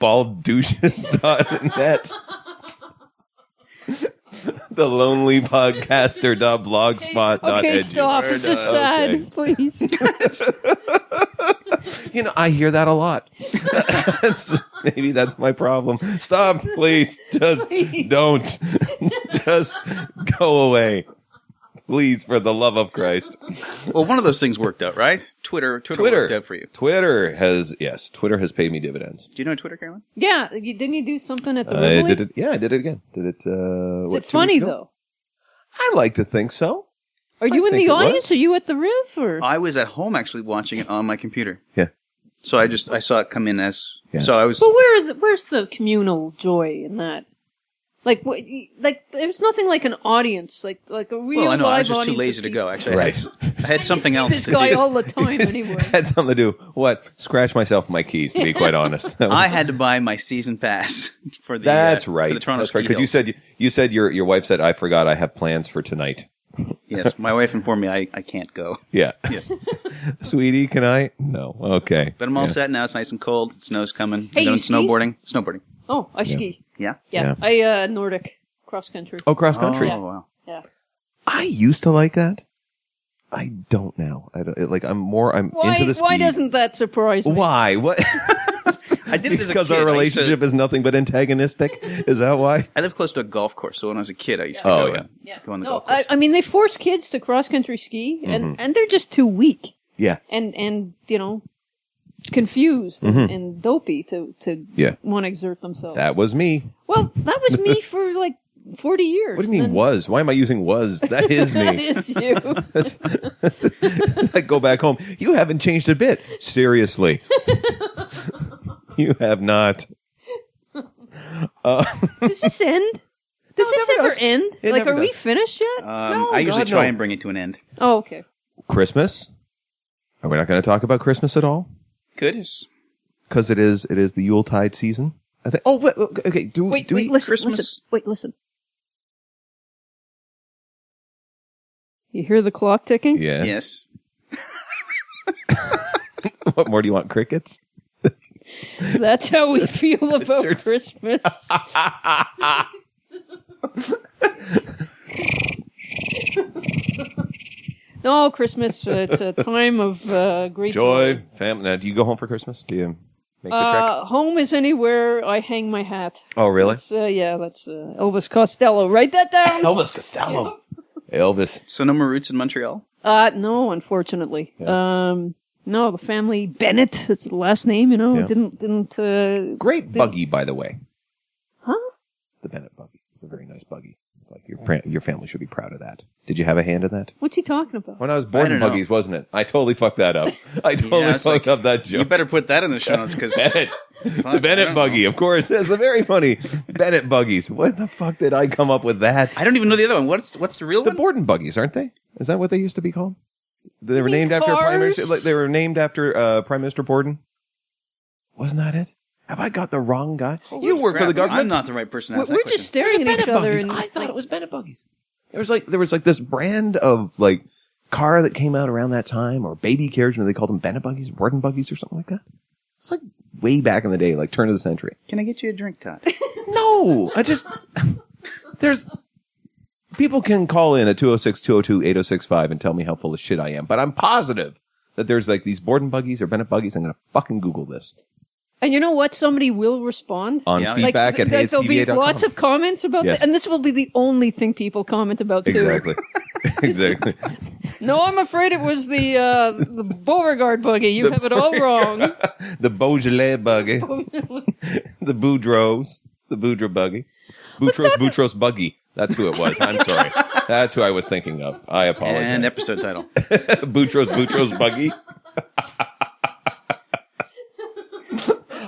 [SPEAKER 3] balddouches.net. the lonely podcaster dot blogspot dot
[SPEAKER 2] okay,
[SPEAKER 3] edu.
[SPEAKER 2] stop. It's just
[SPEAKER 3] Okay.
[SPEAKER 2] sad, please.
[SPEAKER 3] You know, I hear that a lot. That's- Maybe that's my problem. Stop, please. Just don't. Just go away. Please, for the love of Christ.
[SPEAKER 1] Well, one of those things worked out, right? Twitter, Twitter, worked
[SPEAKER 3] Twitter.
[SPEAKER 1] out for you. Do
[SPEAKER 3] Twitter has, yes, Twitter has paid me dividends.
[SPEAKER 1] you know Twitter, Carolyn?
[SPEAKER 2] Yeah, you, didn't you do something
[SPEAKER 1] Oh,
[SPEAKER 2] at the
[SPEAKER 3] I
[SPEAKER 2] Wembley?
[SPEAKER 3] did it. Yeah, I did it again. Did it, uh,
[SPEAKER 2] Is
[SPEAKER 3] what,
[SPEAKER 2] it
[SPEAKER 3] two
[SPEAKER 2] funny
[SPEAKER 3] weeks ago?
[SPEAKER 2] though?
[SPEAKER 3] I like to think so.
[SPEAKER 2] Are you in
[SPEAKER 3] think
[SPEAKER 2] the
[SPEAKER 3] it was.
[SPEAKER 2] audience? Are you at the riff? Or
[SPEAKER 1] I was at home actually watching it on my computer.
[SPEAKER 3] Yeah.
[SPEAKER 1] So I just I saw it come in as
[SPEAKER 3] Yeah.
[SPEAKER 1] so I was
[SPEAKER 2] but where? are The, where's the communal joy in that? Like, what, like there's nothing like an audience, like like a real.
[SPEAKER 1] well I know I was just
[SPEAKER 2] live
[SPEAKER 1] too
[SPEAKER 2] audience
[SPEAKER 1] lazy
[SPEAKER 2] of
[SPEAKER 1] to
[SPEAKER 2] people.
[SPEAKER 1] go actually I had, I had something
[SPEAKER 2] See
[SPEAKER 1] else
[SPEAKER 2] this
[SPEAKER 1] to
[SPEAKER 2] guy
[SPEAKER 1] do.
[SPEAKER 2] all the time anyway.
[SPEAKER 3] Had something to do. What? Scratch myself my keys, to be quite honest. That was-
[SPEAKER 1] I had to buy my season pass for the
[SPEAKER 3] That's
[SPEAKER 1] uh,
[SPEAKER 3] right.
[SPEAKER 1] for the Toronto
[SPEAKER 3] That's right. Because you
[SPEAKER 1] Speedos.
[SPEAKER 3] said you said your your wife said I forgot I have plans for tonight.
[SPEAKER 1] yes my wife informed me I, I can't go
[SPEAKER 3] Yeah.
[SPEAKER 1] yes
[SPEAKER 3] Sweetie, can I? No. Okay.
[SPEAKER 1] but I'm all
[SPEAKER 3] Yeah.
[SPEAKER 1] set now it's nice and cold the snow's coming
[SPEAKER 2] Hey,
[SPEAKER 1] I'm
[SPEAKER 2] you
[SPEAKER 1] doing
[SPEAKER 2] ski?
[SPEAKER 1] snowboarding snowboarding
[SPEAKER 2] Oh, I ski.
[SPEAKER 1] yeah
[SPEAKER 2] Yeah, I uh, Nordic cross country.
[SPEAKER 3] Oh, cross country.
[SPEAKER 1] oh wow
[SPEAKER 2] Yeah.
[SPEAKER 3] I used to like that. I don't now. I don't, it- like I'm more I'm
[SPEAKER 2] Why?
[SPEAKER 3] into the speed.
[SPEAKER 2] why doesn't that surprise me?
[SPEAKER 3] Why? What?
[SPEAKER 1] I did it as a
[SPEAKER 3] because
[SPEAKER 1] kid.
[SPEAKER 3] our
[SPEAKER 1] I used to-
[SPEAKER 3] relationship is nothing but antagonistic. Is that why?
[SPEAKER 1] I live close to a golf course, so when I was a kid, I used to
[SPEAKER 3] Yeah.
[SPEAKER 1] go,
[SPEAKER 3] Oh,
[SPEAKER 1] and
[SPEAKER 2] Yeah.
[SPEAKER 1] go on the
[SPEAKER 2] no,
[SPEAKER 1] golf course.
[SPEAKER 2] I, I mean they force kids to cross country ski, and and they're just too weak
[SPEAKER 3] Yeah.
[SPEAKER 2] and and you know confused and, and dopey to to
[SPEAKER 3] Yeah.
[SPEAKER 2] want to exert themselves.
[SPEAKER 3] That was me.
[SPEAKER 2] well, that was me for like forty years.
[SPEAKER 3] What do you mean
[SPEAKER 2] Then-
[SPEAKER 3] was? Why am I using was? That is
[SPEAKER 2] that
[SPEAKER 3] me.
[SPEAKER 2] is you.
[SPEAKER 3] I go back home. You haven't changed a bit. Seriously. you have not.
[SPEAKER 2] Does this end? Does
[SPEAKER 3] No, it
[SPEAKER 2] this
[SPEAKER 3] never
[SPEAKER 2] ever
[SPEAKER 3] does.
[SPEAKER 2] end?
[SPEAKER 3] It
[SPEAKER 2] like, are
[SPEAKER 3] never
[SPEAKER 2] we
[SPEAKER 3] does. Uh,
[SPEAKER 2] finished yet?
[SPEAKER 1] Um,
[SPEAKER 3] No,
[SPEAKER 1] I usually
[SPEAKER 3] God,
[SPEAKER 1] try
[SPEAKER 3] no.
[SPEAKER 1] and bring it to an end.
[SPEAKER 2] oh, okay.
[SPEAKER 3] Christmas? Are we not going to talk about Christmas at all?
[SPEAKER 1] Good. It's
[SPEAKER 3] Because it is it is the Yuletide season. I think. Oh, wait, wait, okay. Do,
[SPEAKER 2] Wait,
[SPEAKER 3] do
[SPEAKER 2] wait,
[SPEAKER 3] we?
[SPEAKER 2] listen,
[SPEAKER 1] Christmas-
[SPEAKER 2] listen. Wait, listen. You hear the clock ticking?
[SPEAKER 3] Yeah.
[SPEAKER 1] Yes.
[SPEAKER 3] What more do you want? Crickets?
[SPEAKER 2] That's how we feel about
[SPEAKER 3] Sure.
[SPEAKER 2] Christmas. no, Christmas. uh, It's a time of uh, great
[SPEAKER 3] Joy, family. Now, do you go home for Christmas? Do you make the trek?
[SPEAKER 2] Uh, home is anywhere I hang my hat.
[SPEAKER 3] Oh, really?
[SPEAKER 2] That's, uh, yeah, that's uh, Elvis Costello. Write that down.
[SPEAKER 3] Elvis Costello. Elvis.
[SPEAKER 1] So no more roots in Montreal.
[SPEAKER 2] Uh, no, unfortunately. Um, no, the family Bennett. That's the last name. You know,
[SPEAKER 3] Yeah.
[SPEAKER 2] didn't didn't. Uh,
[SPEAKER 3] Great buggy, by the way.
[SPEAKER 2] huh?
[SPEAKER 3] The Bennett buggy. It's a very nice buggy. It's like your fr- your family should be proud of that. Did you have a hand in that?
[SPEAKER 2] What's he talking about?
[SPEAKER 3] When I was
[SPEAKER 1] I
[SPEAKER 3] born in
[SPEAKER 1] don't know.
[SPEAKER 3] buggies, wasn't it? I totally fucked that up. I totally
[SPEAKER 1] Yeah, it's like-
[SPEAKER 3] fucked up that
[SPEAKER 1] You
[SPEAKER 3] joke.
[SPEAKER 1] better put that in the show notes because
[SPEAKER 3] Bennett. the
[SPEAKER 1] I don't
[SPEAKER 3] Bennett
[SPEAKER 1] know.
[SPEAKER 3] buggy, of course. That's the very funny Bennett buggies. What the fuck did I come up with that?
[SPEAKER 1] I don't even know the other one. What's what's the real
[SPEAKER 3] the
[SPEAKER 1] one?
[SPEAKER 3] Borden buggies, aren't they? Is that what they used to be called? They were
[SPEAKER 2] mean
[SPEAKER 3] named after Prime Minister.
[SPEAKER 2] cars?
[SPEAKER 3] Like they were named after uh, Prime Minister Borden. Wasn't that it? Have I got the wrong guy? you work for
[SPEAKER 1] Crap,
[SPEAKER 3] the government.
[SPEAKER 1] I'm not the right person. To
[SPEAKER 2] We're,
[SPEAKER 1] ask
[SPEAKER 2] we're
[SPEAKER 1] that
[SPEAKER 2] just
[SPEAKER 1] question.
[SPEAKER 2] staring at each
[SPEAKER 3] Bennett
[SPEAKER 2] other.
[SPEAKER 3] buggies.
[SPEAKER 2] And,
[SPEAKER 3] I thought it was Bennett buggies. There was like there was like this brand of like car that came out around that time, or baby carriage, and they called them Bennett buggies, Borden buggies, or something like that. It's like way back in the day, like turn of the century.
[SPEAKER 1] Can I get you a drink, Todd?
[SPEAKER 3] No, I just there's people can call in at 206-202-8065 and tell me how full of shit I am, but I'm positive that there's like these Borden buggies or Bennett buggies. I'm gonna fucking Google this
[SPEAKER 2] and you know what? Somebody will respond.
[SPEAKER 3] on
[SPEAKER 1] Yeah.
[SPEAKER 2] Like,
[SPEAKER 3] feedback at
[SPEAKER 2] like, there'll be
[SPEAKER 3] hayescva.com.
[SPEAKER 2] lots of comments about
[SPEAKER 3] Yes.
[SPEAKER 2] this, and this will be the only thing people comment about too.
[SPEAKER 3] exactly, exactly.
[SPEAKER 2] No, I'm afraid it was the uh, the Beauregard buggy. You
[SPEAKER 3] The
[SPEAKER 2] have it all wrong.
[SPEAKER 3] The Beaujolais buggy, the Boudreaux, the Boudreaux buggy, Boutros Boutros buggy. That's who it was. I'm sorry. That's who I was thinking of. I apologize.
[SPEAKER 1] and episode title.
[SPEAKER 3] Boutros Boutros buggy.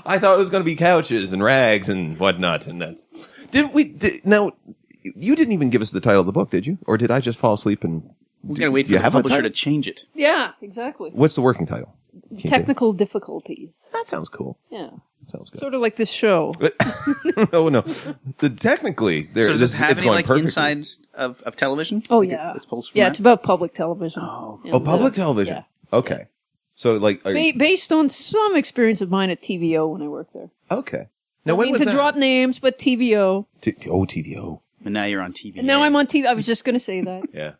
[SPEAKER 3] I thought it was going to be couches and rags and whatnot, and that's. Did we? Did, now, you didn't even give us the title of the book, did you? Or did I just fall asleep and?
[SPEAKER 1] We gotta wait
[SPEAKER 3] Do you
[SPEAKER 1] for the
[SPEAKER 3] have a
[SPEAKER 1] publisher
[SPEAKER 3] title?
[SPEAKER 1] to change it.
[SPEAKER 2] yeah, exactly.
[SPEAKER 3] What's the working title? Can you say?
[SPEAKER 2] Technical difficulties.
[SPEAKER 3] That sounds cool.
[SPEAKER 2] Yeah,
[SPEAKER 3] Sounds good.
[SPEAKER 2] sort of like this show.
[SPEAKER 3] oh no, the technically there.
[SPEAKER 1] So does
[SPEAKER 3] this,
[SPEAKER 1] this have
[SPEAKER 3] it's
[SPEAKER 1] any
[SPEAKER 3] going
[SPEAKER 1] like
[SPEAKER 3] perfectly.
[SPEAKER 1] insides of, of television?
[SPEAKER 2] Oh
[SPEAKER 1] Like,
[SPEAKER 2] yeah,
[SPEAKER 1] It's pulls from
[SPEAKER 2] yeah.
[SPEAKER 1] that?
[SPEAKER 2] It's about public television.
[SPEAKER 1] Oh,
[SPEAKER 2] Yeah,
[SPEAKER 3] Oh, public television.
[SPEAKER 2] yeah.
[SPEAKER 3] Okay, so like, are you,
[SPEAKER 2] Ba- based on some experience of mine at TVO when I worked there.
[SPEAKER 3] okay.
[SPEAKER 2] I
[SPEAKER 3] Now when
[SPEAKER 2] mean,
[SPEAKER 3] was
[SPEAKER 2] to
[SPEAKER 3] that?
[SPEAKER 2] drop names, but TVO.
[SPEAKER 3] T- t- oh, TVO.
[SPEAKER 1] And now you're on TV.
[SPEAKER 2] And now I'm on TV. I was just going to say that.
[SPEAKER 3] Yeah.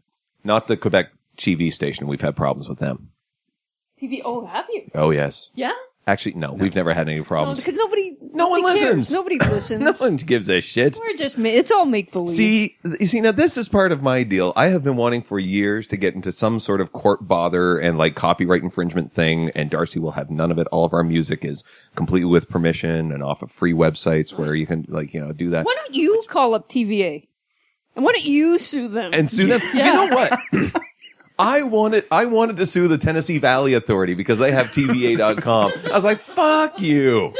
[SPEAKER 3] Not the Quebec TV station. We've had problems with them.
[SPEAKER 2] TV. Oh, have you?
[SPEAKER 3] Oh, yes.
[SPEAKER 2] Yeah.
[SPEAKER 3] Actually, no, we've never had any
[SPEAKER 2] No,
[SPEAKER 3] problems.
[SPEAKER 2] because nobody.
[SPEAKER 3] No one
[SPEAKER 2] nobody cares.
[SPEAKER 3] listens.
[SPEAKER 2] Nobody listens.
[SPEAKER 3] no one gives a shit.
[SPEAKER 2] We're just. ma- It's all make believe.
[SPEAKER 3] See, you see, now this is part of my deal. I have been wanting for years to get into some sort of court bother and like copyright infringement thing, and Darcy will have none of it. All of our music is completely with permission and off of free websites where you can like, you know, do that.
[SPEAKER 2] Why don't you call up TVA? And why don't you sue them?
[SPEAKER 3] And sue them.
[SPEAKER 2] Yeah.
[SPEAKER 3] You know what? I wanted I wanted to sue the Tennessee Valley Authority because they have TVA.com. I was like, fuck you.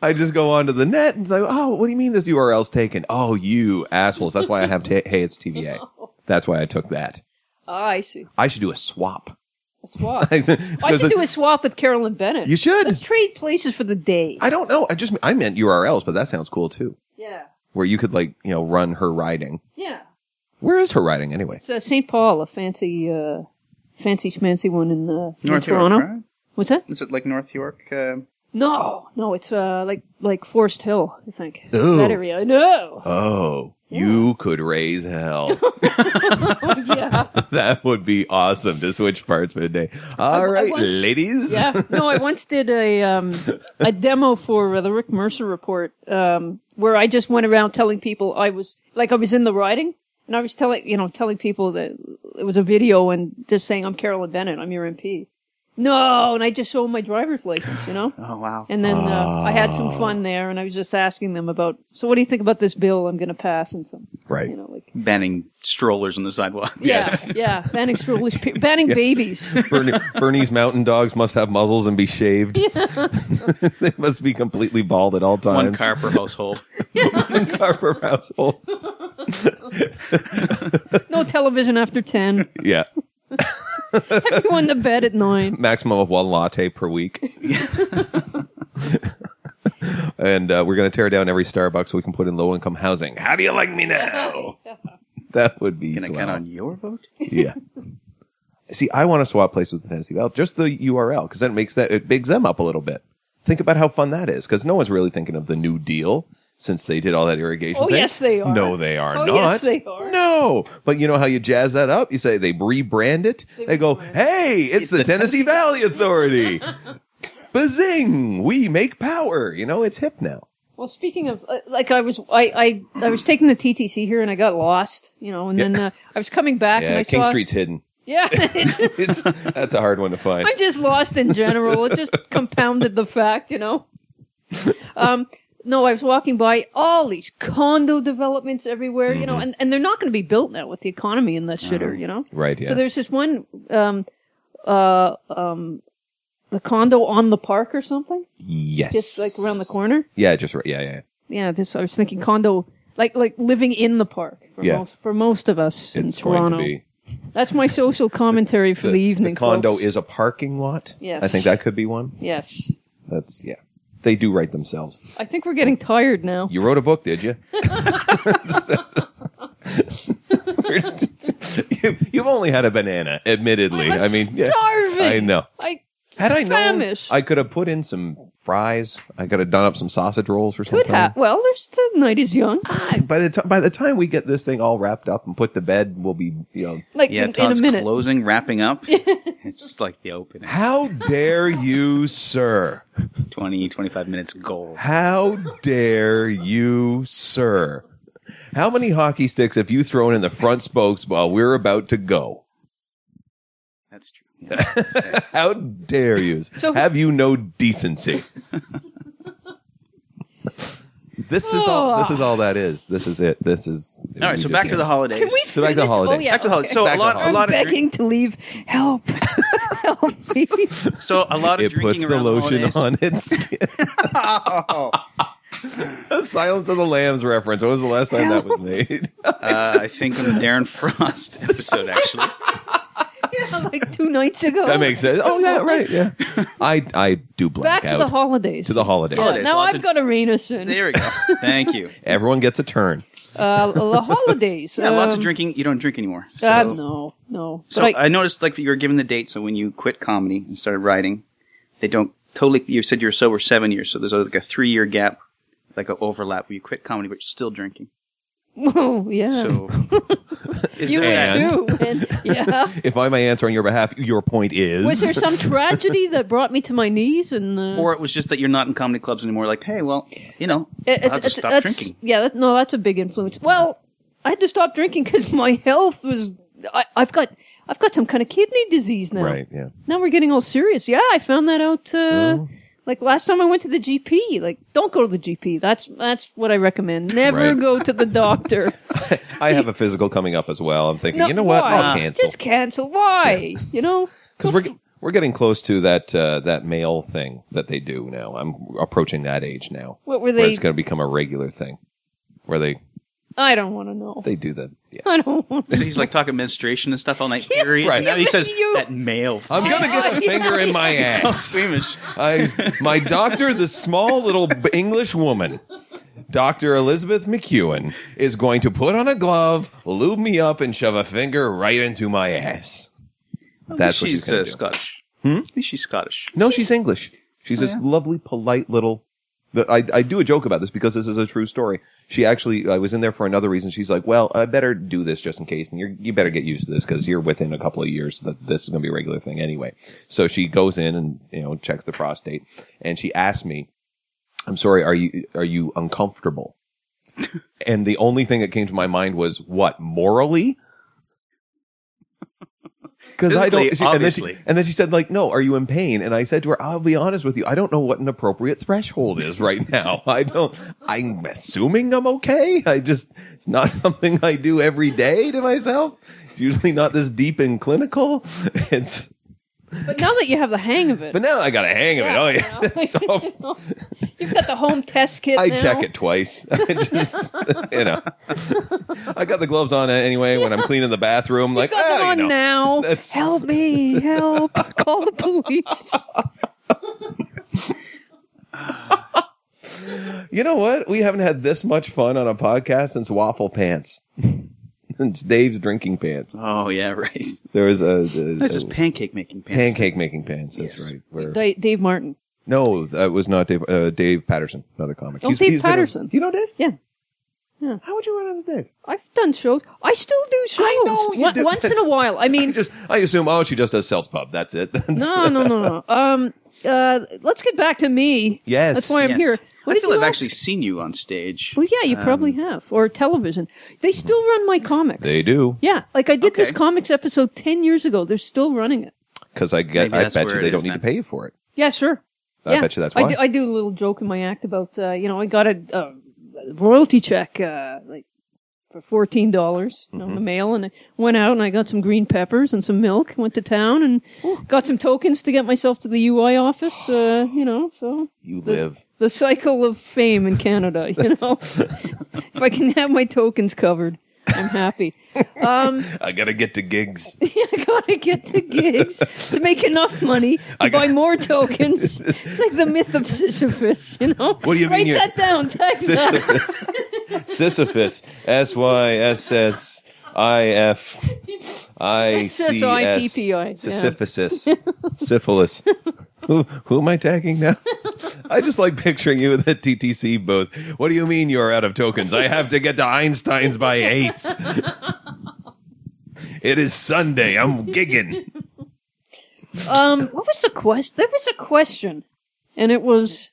[SPEAKER 3] I just go onto the net and say, oh, what do you mean this URL's taken? Oh, you assholes. That's why I have t- Hey, it's TVA. That's why I took that.
[SPEAKER 2] Ah, I see.
[SPEAKER 3] I should do a swap.
[SPEAKER 2] A swap.
[SPEAKER 3] I should
[SPEAKER 2] I should do a swap with Carolyn Bennett.
[SPEAKER 3] You should.
[SPEAKER 2] Let's trade places for the day.
[SPEAKER 3] I don't know. I just I meant URLs, but that sounds cool too.
[SPEAKER 2] yeah.
[SPEAKER 3] Where you could like you know run her riding.
[SPEAKER 2] Yeah.
[SPEAKER 3] Where is her riding anyway?
[SPEAKER 2] It's uh, St. Paul, a fancy, uh, fancy schmancy one in, uh, in
[SPEAKER 1] North
[SPEAKER 2] Toronto.
[SPEAKER 1] York, right?
[SPEAKER 2] What's that?
[SPEAKER 1] Is it like North York? Uh,
[SPEAKER 2] No, no, it's uh, like like Forest Hill, I think.
[SPEAKER 3] Ooh.
[SPEAKER 2] That area. No.
[SPEAKER 3] Oh, you could raise hell.
[SPEAKER 2] Oh, yeah.
[SPEAKER 3] that would be awesome to switch parts for the day. All
[SPEAKER 2] I
[SPEAKER 3] right,
[SPEAKER 2] once-
[SPEAKER 3] ladies.
[SPEAKER 2] Yeah. No, I once did a um, a demo for uh, the Rick Mercer report um, where I just went around telling people I was like I was in the writing and I was telling you know telling people that it was a video and just saying I'm Carolyn Bennett, I'm your MP. No, and I just showed my driver's license, you know.
[SPEAKER 1] oh wow.
[SPEAKER 2] And then uh, I had
[SPEAKER 3] Oh.
[SPEAKER 2] some fun there, and I was just asking them about. So, what do you think about this bill? I'm going to pass, and some,
[SPEAKER 3] Right.
[SPEAKER 2] you know, like
[SPEAKER 1] Banning strollers on the sidewalk.
[SPEAKER 3] Yes.
[SPEAKER 2] Yeah, yeah. Banning strollers, pe- banning babies.
[SPEAKER 3] Bernie, Bernie's mountain dogs must have muzzles and be shaved. they must be completely bald at all times.
[SPEAKER 1] One car per household.
[SPEAKER 3] car per household.
[SPEAKER 2] No television after ten.
[SPEAKER 3] Yeah.
[SPEAKER 2] Everyone to bed at nine.
[SPEAKER 3] maximum of one latte per week. and uh, we're going to tear down every Starbucks so we can put in low income housing. How do you like me now? that would be
[SPEAKER 1] Can I
[SPEAKER 3] swell.
[SPEAKER 1] count on your vote?
[SPEAKER 3] yeah. See, I want to swap places with the Tennessee Valley, just the URL, because that makes that it bigs them up a little bit. Think about how fun that is, because no one's really thinking of the New Deal since they did all that irrigation.
[SPEAKER 2] Oh,
[SPEAKER 3] thing.
[SPEAKER 2] yes, they are.
[SPEAKER 3] No, they are
[SPEAKER 2] Oh,
[SPEAKER 3] not.
[SPEAKER 2] yes, they are.
[SPEAKER 3] No, but you know how you jazz that up? You say they rebrand it. They, go, "Hey, it's, the, Tennessee Valley Authority." Bazing! We make power. You know, it's hip now.
[SPEAKER 2] Well, speaking of, uh, like, I was, I, I, I was taking the TTC here, and I got lost, you know, and then uh, I was coming back, and
[SPEAKER 3] Yeah,
[SPEAKER 2] I
[SPEAKER 3] King
[SPEAKER 2] saw,
[SPEAKER 3] Street's hidden.
[SPEAKER 2] yeah, it just-
[SPEAKER 3] It's, that's a hard one to find.
[SPEAKER 2] I'm just lost in general. It just compounded the fact, you know. Um, no, I was walking by all these condo developments everywhere, you
[SPEAKER 3] Mm-hmm.
[SPEAKER 2] know, and, and they're not going to be built now with the economy in this shitter, you know.
[SPEAKER 3] Oh, Right? Yeah.
[SPEAKER 2] So there's this one, um, uh, um, the condo on the park or something,
[SPEAKER 3] yes.
[SPEAKER 2] just like around the corner.
[SPEAKER 3] Yeah, just right. Yeah, yeah. yeah.
[SPEAKER 2] Yeah, just I was thinking condo, like like living in the park for
[SPEAKER 3] Yeah.
[SPEAKER 2] most for most of us in
[SPEAKER 3] It's
[SPEAKER 2] Toronto.
[SPEAKER 3] going to be.
[SPEAKER 2] That's my social commentary for the, evening.
[SPEAKER 3] condo
[SPEAKER 2] folks.
[SPEAKER 3] is a parking lot.
[SPEAKER 2] Yes.
[SPEAKER 3] I think that could be one.
[SPEAKER 2] yes.
[SPEAKER 3] That's yeah. They do write themselves.
[SPEAKER 2] I think we're getting tired now.
[SPEAKER 3] You wrote a book, did you? you you've only had a banana, admittedly.
[SPEAKER 2] I'm
[SPEAKER 3] I mean, yeah,
[SPEAKER 2] starving.
[SPEAKER 3] I know.
[SPEAKER 2] I
[SPEAKER 3] Had I known,
[SPEAKER 2] Famished.
[SPEAKER 3] I could have put in some fries. I could have done up some sausage rolls or something.
[SPEAKER 2] could have. Well, there's the night is young.
[SPEAKER 3] I- By the time by the time we get this thing all wrapped up and put to bed, we'll be you know.
[SPEAKER 2] Like
[SPEAKER 1] Yeah,
[SPEAKER 2] in, in a
[SPEAKER 1] Todd's
[SPEAKER 2] minute.
[SPEAKER 1] closing, wrapping up. it's just like the opening.
[SPEAKER 3] How dare you, sir?
[SPEAKER 1] 20, 25 minutes goal.
[SPEAKER 3] How dare you, sir? How many hockey sticks have you thrown in the front spokes while we're about to go?
[SPEAKER 1] That's true. Yeah.
[SPEAKER 3] How dare you?
[SPEAKER 2] So-
[SPEAKER 3] have you no decency? this is
[SPEAKER 2] Oh.
[SPEAKER 3] all. This is all that is. This is it. This is.
[SPEAKER 1] All right, so back to the holidays.
[SPEAKER 2] Can we
[SPEAKER 3] So back to the
[SPEAKER 2] finish?
[SPEAKER 3] holidays.
[SPEAKER 2] Oh, yeah,
[SPEAKER 1] Back to the holidays.
[SPEAKER 2] okay.
[SPEAKER 1] So
[SPEAKER 3] Back
[SPEAKER 1] a
[SPEAKER 3] to
[SPEAKER 1] lot,
[SPEAKER 3] holidays.
[SPEAKER 1] a
[SPEAKER 2] I'm
[SPEAKER 1] lot of drink-
[SPEAKER 2] begging to leave. Help. Help me.
[SPEAKER 1] so a lot of
[SPEAKER 3] It
[SPEAKER 1] drinking
[SPEAKER 3] puts the
[SPEAKER 1] around
[SPEAKER 3] lotion
[SPEAKER 1] holidays.
[SPEAKER 3] on its skin.
[SPEAKER 1] Oh,
[SPEAKER 3] Silence of the Lambs reference. When was the last time that was made?
[SPEAKER 1] uh, I think on the Darren Frost episode, actually.
[SPEAKER 2] Yeah, like two nights ago.
[SPEAKER 3] that makes sense. Oh yeah, right. Yeah, I I do
[SPEAKER 2] Back
[SPEAKER 3] black
[SPEAKER 2] to
[SPEAKER 3] out
[SPEAKER 2] the holidays.
[SPEAKER 3] to the holidays.
[SPEAKER 1] Holidays.
[SPEAKER 2] Now
[SPEAKER 1] Lots
[SPEAKER 2] I've
[SPEAKER 1] of-
[SPEAKER 2] got arena soon.
[SPEAKER 1] There we go. Thank you.
[SPEAKER 3] Everyone gets a turn.
[SPEAKER 2] Uh, the holidays.
[SPEAKER 1] Yeah, lots of
[SPEAKER 2] um,
[SPEAKER 1] drinking. You don't drink anymore. So,
[SPEAKER 2] Uh, no, no.
[SPEAKER 1] so
[SPEAKER 2] but
[SPEAKER 1] I,
[SPEAKER 2] I,
[SPEAKER 1] noticed, like, you were given the date. So when you quit comedy and started writing, they don't totally. You said you were sober seven years, so there's like a three year gap, like an overlap where you quit comedy but you're still drinking.
[SPEAKER 2] Whoa, oh, yeah.
[SPEAKER 1] So is
[SPEAKER 2] you
[SPEAKER 1] there that?
[SPEAKER 2] were too. man. Yeah.
[SPEAKER 3] If I may answer on your behalf, your point is.
[SPEAKER 2] Was there some tragedy that brought me to my knees? And uh,
[SPEAKER 1] Or it was just that you're not in comedy clubs anymore. Like, hey, well, you know,
[SPEAKER 2] It-
[SPEAKER 1] I'll just stop
[SPEAKER 2] that's,
[SPEAKER 1] drinking.
[SPEAKER 2] Yeah, that, no, that's a big influence. Well, I had to stop drinking because my health was. I, I've got, I've got some kind of kidney disease now.
[SPEAKER 3] Right, yeah.
[SPEAKER 2] Now we're getting all serious. Yeah, I found that out. Uh,
[SPEAKER 3] Oh.
[SPEAKER 2] Like last time I went to the GP. Like, don't go to the GP. That's that's what I recommend. Never
[SPEAKER 3] Right.
[SPEAKER 2] go to the doctor.
[SPEAKER 3] I have a physical coming up as well. I'm thinking,
[SPEAKER 2] No,
[SPEAKER 3] you know what?
[SPEAKER 2] why?
[SPEAKER 3] I'll cancel.
[SPEAKER 2] Just cancel. Why? You know.
[SPEAKER 3] Because we're, we're getting close to that uh, that male thing that they do now. I'm approaching that age now.
[SPEAKER 2] What were
[SPEAKER 3] Where
[SPEAKER 2] they-
[SPEAKER 3] it's going to become a regular thing. Where they,
[SPEAKER 2] I don't want to know.
[SPEAKER 3] they do the. Yeah.
[SPEAKER 2] I don't want.
[SPEAKER 1] So he's like talking menstruation and stuff all night. Periods.
[SPEAKER 3] Right.
[SPEAKER 1] And now he says
[SPEAKER 2] You-
[SPEAKER 1] that male.
[SPEAKER 3] I'm going to get a
[SPEAKER 2] Yeah.
[SPEAKER 3] finger in my ass.
[SPEAKER 1] How squeamish.
[SPEAKER 3] I, my doctor, the small little b- English woman, Dr. Elizabeth McEwen, is going to put on a glove, lube me up, and shove a finger right into my ass. That's what she's
[SPEAKER 1] she's
[SPEAKER 3] gonna
[SPEAKER 1] uh,
[SPEAKER 3] do.
[SPEAKER 1] Scottish. Hmm? At least she's Scottish.
[SPEAKER 3] No, she's English. She's this lovely, polite little. But I, I do a joke about this because this is a true story. She actually, I was in there for another reason. She's like, "Well, I better do this just in case, and you're, you better get used to this because you're within a couple of years that this is going to be a regular thing anyway." So she goes in and you know checks the prostate, and she asked me, "I'm sorry, are you are you uncomfortable?" and the only thing that came to my mind was, "What morally?" Because I don't.
[SPEAKER 1] Physically,
[SPEAKER 3] and, then she,
[SPEAKER 1] obviously.
[SPEAKER 3] and then she said, "Like, no, are you in pain?" And I said to her, "I'll be honest with you. I don't know what an appropriate threshold is right now. I don't. I'm assuming I'm okay. I just it's not something I do every day to myself. It's usually not this deep and clinical. It's
[SPEAKER 2] But now that you have the hang of it,
[SPEAKER 3] but now I got a hang of
[SPEAKER 2] Yeah,
[SPEAKER 3] it. Oh yeah.
[SPEAKER 2] you know.
[SPEAKER 3] so
[SPEAKER 2] you've got the home test kit.
[SPEAKER 3] I
[SPEAKER 2] now.
[SPEAKER 3] check it twice. I just you know, I got the gloves on anyway when I'm cleaning the bathroom. Like,
[SPEAKER 2] Got
[SPEAKER 3] "Ah,
[SPEAKER 2] them
[SPEAKER 3] you
[SPEAKER 2] on
[SPEAKER 3] know."
[SPEAKER 2] now.
[SPEAKER 3] That's-
[SPEAKER 2] Help me! Help! Call the police.
[SPEAKER 3] You know what? We haven't had this much fun on a podcast since Waffle Pants. since Dave's drinking pants.
[SPEAKER 1] Oh yeah, right.
[SPEAKER 3] There was a, a-
[SPEAKER 1] That's
[SPEAKER 3] a
[SPEAKER 1] just pancake making pants.
[SPEAKER 3] pancake making pants. That's
[SPEAKER 1] Yes.
[SPEAKER 3] right. Where-
[SPEAKER 2] Da- Dave Martin.
[SPEAKER 3] no, that was not Dave. Uh, Dave Patterson, another comic.
[SPEAKER 2] Oh, Dave
[SPEAKER 3] been on-
[SPEAKER 2] Patterson.
[SPEAKER 3] you know Dave?
[SPEAKER 2] Yeah.
[SPEAKER 3] How would you run out of Dave?
[SPEAKER 2] I've done shows. I still do shows.
[SPEAKER 3] I know you
[SPEAKER 2] One-
[SPEAKER 3] do.
[SPEAKER 2] Once in a while. I
[SPEAKER 3] You
[SPEAKER 2] mean,
[SPEAKER 3] just, I assume. Oh, she just does self pub. That's it. That's-
[SPEAKER 2] no, no, no, no. Um, uh, let's get back to me.
[SPEAKER 3] Yes.
[SPEAKER 2] That's why I'm
[SPEAKER 1] Yes.
[SPEAKER 2] here. What
[SPEAKER 1] I
[SPEAKER 2] did
[SPEAKER 1] feel
[SPEAKER 2] you
[SPEAKER 1] I've
[SPEAKER 2] ask?
[SPEAKER 1] actually seen you on stage.
[SPEAKER 2] Well, yeah, you probably
[SPEAKER 3] Um,
[SPEAKER 2] have. Or television. They still run my comics.
[SPEAKER 3] They do
[SPEAKER 2] yeah, like I did this
[SPEAKER 1] Okay.
[SPEAKER 2] comics episode ten years ago. They're still running it.
[SPEAKER 3] because I get.
[SPEAKER 1] Maybe
[SPEAKER 3] I
[SPEAKER 1] that's
[SPEAKER 3] bet
[SPEAKER 1] where
[SPEAKER 3] you
[SPEAKER 1] it
[SPEAKER 3] they don't
[SPEAKER 1] is
[SPEAKER 3] need
[SPEAKER 1] then.
[SPEAKER 3] to pay you for it.
[SPEAKER 2] Yeah, sure.
[SPEAKER 3] I
[SPEAKER 2] Yeah.
[SPEAKER 3] bet you that's
[SPEAKER 2] I
[SPEAKER 3] why.
[SPEAKER 2] do, I do a little joke in my act about uh, you know I got a, uh royalty check uh, like for fourteen dollars you know, in
[SPEAKER 3] Mm-hmm.
[SPEAKER 2] the mail, and I went out and I got some green peppers and some milk. Went to town and got some tokens to get myself to the UI office. Uh, you know, so
[SPEAKER 3] you
[SPEAKER 2] the-
[SPEAKER 3] live.
[SPEAKER 2] the cycle of fame in Canada. You know, if I can have my tokens covered, I'm happy. Um,
[SPEAKER 3] I gotta get to gigs.
[SPEAKER 2] I gotta get to gigs to make enough money to
[SPEAKER 3] I got-
[SPEAKER 2] buy more tokens. It's like the myth of Sisyphus, you know.
[SPEAKER 3] What do you
[SPEAKER 2] Write
[SPEAKER 3] mean you're-
[SPEAKER 2] that down. Tag that.
[SPEAKER 3] Sisyphus. Sisyphus. S Y S S I F I C S.
[SPEAKER 2] S-I-P-P-I, yeah.
[SPEAKER 3] Sisyphus. Syphilis. Who, who am I tagging now? I just like picturing you with a TTC booth. What do you mean you're out of tokens? I have to get to Einstein's by eight. It is Sunday. I'm gigging.
[SPEAKER 2] Um, what was the question? There was a question, and it was.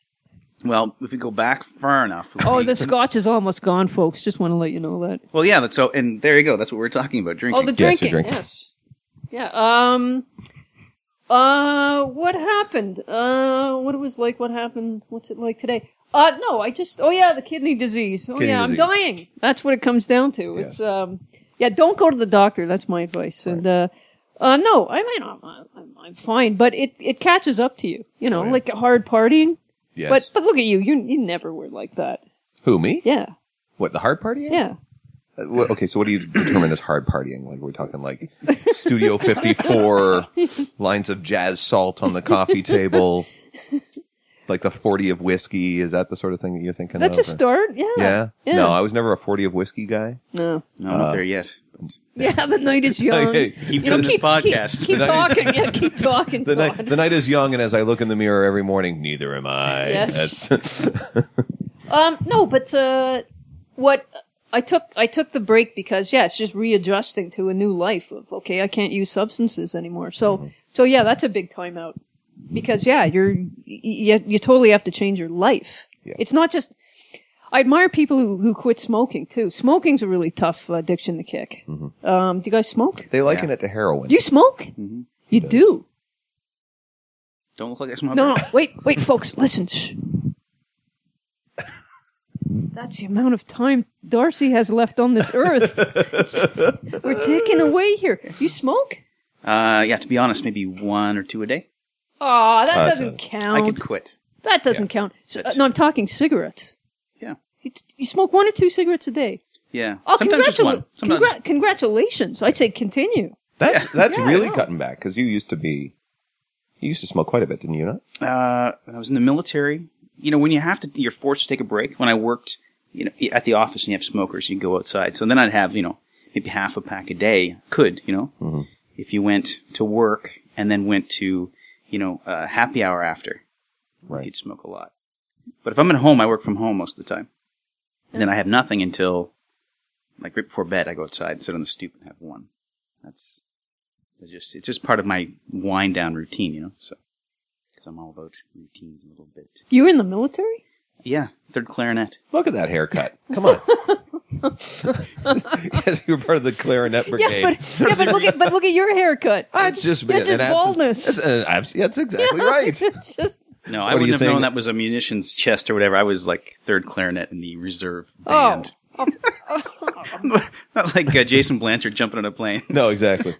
[SPEAKER 1] Um, Well, if we go back far enough. we-
[SPEAKER 2] Oh, the scotch is almost gone, folks. Just want to let you know that.
[SPEAKER 1] Well, yeah. that's So, and there you go. That's what we're talking about. Drinking.
[SPEAKER 2] Oh, the
[SPEAKER 3] Yes,
[SPEAKER 2] drinking.
[SPEAKER 3] you're
[SPEAKER 2] Yes,
[SPEAKER 3] drinking.
[SPEAKER 2] Yeah. Um. Uh, what happened? Uh, what it was like? What happened? What's it like today? Uh, no, I just. Oh yeah, the kidney disease. Oh
[SPEAKER 3] Kidney
[SPEAKER 2] yeah,
[SPEAKER 3] disease.
[SPEAKER 2] I'm dying. That's what it comes down to. It's um. Yeah, don't go to the doctor. That's my advice. And uh, uh, no, I mean I'm, I'm, I'm fine, but it it catches up to you. You know,
[SPEAKER 3] Oh, yeah.
[SPEAKER 2] like hard partying.
[SPEAKER 3] Yes.
[SPEAKER 2] But but look at you. You you never were like that.
[SPEAKER 3] Who, me?
[SPEAKER 2] Yeah.
[SPEAKER 3] What, the hard party?
[SPEAKER 2] Yeah.
[SPEAKER 3] Uh, wh- okay, so what do you determine as hard partying? Like we're talking like Studio 54, lines of jazz salt on the coffee table, like the 40 of whiskey. Is that the sort of thing that you're thinking
[SPEAKER 2] That's a
[SPEAKER 3] of? or-
[SPEAKER 2] start. Yeah.
[SPEAKER 3] Yeah?
[SPEAKER 2] Yeah.
[SPEAKER 3] No, I was never a 40 of whiskey guy.
[SPEAKER 2] No.
[SPEAKER 1] no, I'm not there yet.
[SPEAKER 2] Yeah, the night is young.
[SPEAKER 3] Okay.
[SPEAKER 1] Keep
[SPEAKER 2] You know,
[SPEAKER 1] doing this
[SPEAKER 2] keep,
[SPEAKER 1] podcast.
[SPEAKER 2] keep, keep
[SPEAKER 3] The night is-
[SPEAKER 2] talking. Yeah, keep talking,
[SPEAKER 3] The
[SPEAKER 2] Todd.
[SPEAKER 3] night, the night is young, and as I look in the mirror every morning, neither am I.
[SPEAKER 2] Yes.
[SPEAKER 3] That's
[SPEAKER 2] um, no, but uh, what I took I took the break because yeah, it's just readjusting to a new life of okay, I can't use substances anymore. So
[SPEAKER 3] Mm-hmm.
[SPEAKER 2] so yeah, that's a big timeout because yeah, you're you, you totally have to change your life.
[SPEAKER 3] Yeah.
[SPEAKER 2] It's not just I admire people who, who quit smoking too. Smoking's a really tough uh, addiction to kick.
[SPEAKER 3] Mm-hmm.
[SPEAKER 2] Um, do you guys smoke?
[SPEAKER 3] They liken
[SPEAKER 1] Yeah.
[SPEAKER 3] it to heroin.
[SPEAKER 2] Do you smoke?
[SPEAKER 3] Mm-hmm.
[SPEAKER 2] You do.
[SPEAKER 1] Don't look like a smoker.
[SPEAKER 2] No, no, wait, wait, folks, listen. Shh. That's the amount of time Darcy has left on this earth. We're taken away here. You smoke?
[SPEAKER 1] Uh, yeah, to be honest, maybe one or two a day.
[SPEAKER 2] Oh, that
[SPEAKER 3] Uh, so
[SPEAKER 2] doesn't
[SPEAKER 1] I
[SPEAKER 2] count.
[SPEAKER 1] could quit.
[SPEAKER 2] that doesn't count. So, uh, no, I'm talking cigarettes.
[SPEAKER 1] Yeah.
[SPEAKER 2] You, you smoke one or two cigarettes a day.
[SPEAKER 1] Yeah.
[SPEAKER 2] Oh,
[SPEAKER 1] Sometimes just
[SPEAKER 2] congratula-
[SPEAKER 1] one. Sometimes.
[SPEAKER 2] congra- congratulations. I'd say continue.
[SPEAKER 3] That's that's
[SPEAKER 2] Yeah,
[SPEAKER 3] really
[SPEAKER 2] no.
[SPEAKER 3] cutting back because you used to be, you used to smoke quite a bit, didn't you? Not?
[SPEAKER 1] uh, when I was in the military, you know, when you have to, you're forced to take a break. When I worked, you know, at the office and you have smokers, you go outside. So then I'd have, you know, maybe half a pack a day. Could, you know, if you went to work and then went to, you know, uh, happy hour after,
[SPEAKER 3] Right.
[SPEAKER 1] you'd smoke a lot. But if I'm at home, I work from home most of the time. And then I have nothing until, like, right before bed, I go outside and sit on the stoop and have one. That's, it's just, it's just part of my wind down routine, you know, so. Because I'm all about routines a little bit.
[SPEAKER 2] You were in the military?
[SPEAKER 1] Yeah, third clarinet.
[SPEAKER 3] Look at that haircut. Come on. yes, you were part of the clarinet brigade.
[SPEAKER 2] Yeah, but, yeah, but, look at, but look at your haircut.
[SPEAKER 3] that's just been
[SPEAKER 2] That's
[SPEAKER 3] an
[SPEAKER 2] just baldness.
[SPEAKER 3] absence. That's, an abs- yeah, that's exactly right.
[SPEAKER 2] It's just-
[SPEAKER 1] No, I
[SPEAKER 3] What are you
[SPEAKER 1] wouldn't have
[SPEAKER 3] saying?
[SPEAKER 1] known that was a munitions chest or whatever. I was like third clarinet in the reserve
[SPEAKER 2] oh,
[SPEAKER 1] band. Not like uh, Jason Blanchard jumping on a plane.
[SPEAKER 3] No, exactly.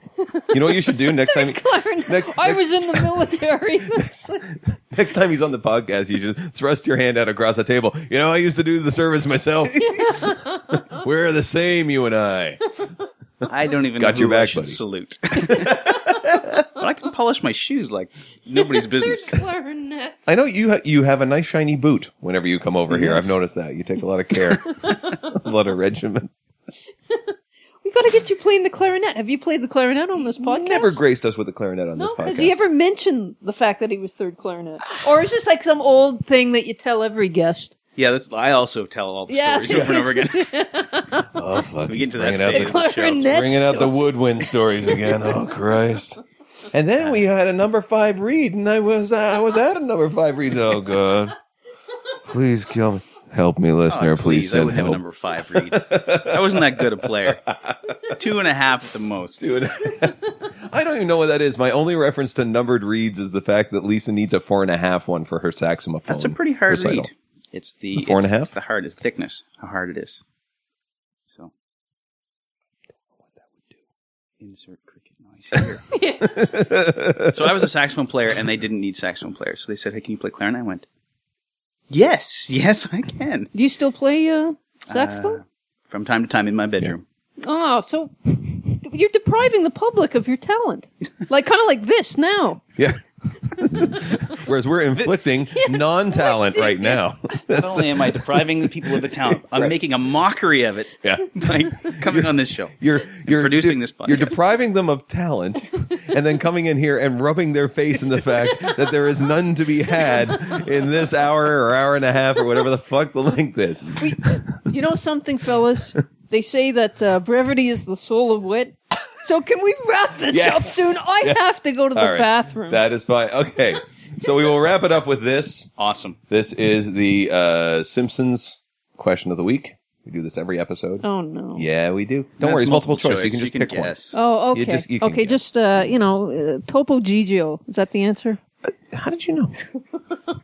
[SPEAKER 3] You know what you should do next time?
[SPEAKER 2] Clarence,
[SPEAKER 3] Next-
[SPEAKER 2] I
[SPEAKER 3] next-
[SPEAKER 2] was in the military. That's like-
[SPEAKER 3] Next time he's on the podcast, you should thrust your hand out across the table. You know, I used to do the service myself. We're the same, you and I.
[SPEAKER 1] I don't even
[SPEAKER 3] Got
[SPEAKER 1] know
[SPEAKER 3] your
[SPEAKER 1] who I
[SPEAKER 3] back,
[SPEAKER 1] should
[SPEAKER 3] buddy.
[SPEAKER 1] salute. but I can polish my shoes like nobody's business.
[SPEAKER 2] clarinet.
[SPEAKER 3] I know you. Ha- you have a nice shiny boot whenever you come over here. I've noticed that you take a lot of care, a lot of regiment.
[SPEAKER 2] We got to get you playing the clarinet. Have you played the clarinet on this podcast?
[SPEAKER 3] Never graced us with a clarinet on
[SPEAKER 2] No,
[SPEAKER 3] this podcast.
[SPEAKER 2] has he ever mentioned the fact that he was third clarinet, or is this like some old thing that you tell every guest?
[SPEAKER 1] Yeah, that's. I also tell all the
[SPEAKER 2] Yeah.
[SPEAKER 1] stories over and over again.
[SPEAKER 3] oh fuck!
[SPEAKER 1] We
[SPEAKER 3] he's
[SPEAKER 1] get to that
[SPEAKER 3] bringing out
[SPEAKER 1] phase
[SPEAKER 3] the,
[SPEAKER 1] of the show.
[SPEAKER 2] Clarinet
[SPEAKER 3] bringing out the
[SPEAKER 2] story.
[SPEAKER 3] woodwind stories again. Oh Christ! Ah. And then we had a number five read, and I was uh, I was at a number five read. Oh God! Please kill me. Help me, listener.
[SPEAKER 1] Oh,
[SPEAKER 3] please,
[SPEAKER 1] I
[SPEAKER 3] send
[SPEAKER 1] would have a
[SPEAKER 3] help.
[SPEAKER 1] number five read. I wasn't that good a player. Two and a half at the most.
[SPEAKER 3] Dude, I don't even know what that is. My only reference to numbered reads is the fact that Lisa needs a four and a half one for her saxophone.
[SPEAKER 1] That's a pretty hard
[SPEAKER 3] recital.
[SPEAKER 1] read. It's the,
[SPEAKER 3] Four and
[SPEAKER 1] it's,
[SPEAKER 3] a half?
[SPEAKER 1] It's the hardest thickness. How hard it is. So. Insert cricket noise here. so I was a saxophone player, and they didn't need saxophone players. So they said, "Hey, can you play clarinet?" I went, "Yes, yes, I can."
[SPEAKER 2] Do you still play uh, saxophone?
[SPEAKER 1] Uh, from time to time in my bedroom.
[SPEAKER 2] oh, so you're depriving the public of your talent, like kind of like this now.
[SPEAKER 3] Yeah. Whereas we're inflicting non talent right now.
[SPEAKER 1] Not only am I depriving the people of the talent, I'm making a mockery of it
[SPEAKER 3] Yeah.
[SPEAKER 1] by coming on this show.
[SPEAKER 3] You're you're
[SPEAKER 1] producing this
[SPEAKER 3] You're
[SPEAKER 1] podcast.
[SPEAKER 3] depriving them of talent, and then coming in here and rubbing their face in the fact that there is none to be had in this hour or hour and a half or whatever the fuck the length is.
[SPEAKER 2] You know something, fellas? They say that uh, brevity is the soul of wit. So can we wrap this up
[SPEAKER 3] Yes.
[SPEAKER 2] soon? I
[SPEAKER 3] Yes.
[SPEAKER 2] have to go to the
[SPEAKER 3] All right.
[SPEAKER 2] bathroom.
[SPEAKER 3] That is fine. Okay, so we will wrap it up with this.
[SPEAKER 1] Awesome.
[SPEAKER 3] This is the uh, Simpsons question of the week. We do this every episode.
[SPEAKER 2] oh no.
[SPEAKER 3] Yeah, we do. Don't worry, it's multiple choice. You can just pick
[SPEAKER 1] guess.
[SPEAKER 2] Oh,
[SPEAKER 3] You
[SPEAKER 2] okay.
[SPEAKER 3] just- you can
[SPEAKER 2] okay,
[SPEAKER 3] guess.
[SPEAKER 2] just uh, you know, uh, Topo Gigio. Is that the answer?
[SPEAKER 3] one. How did you know?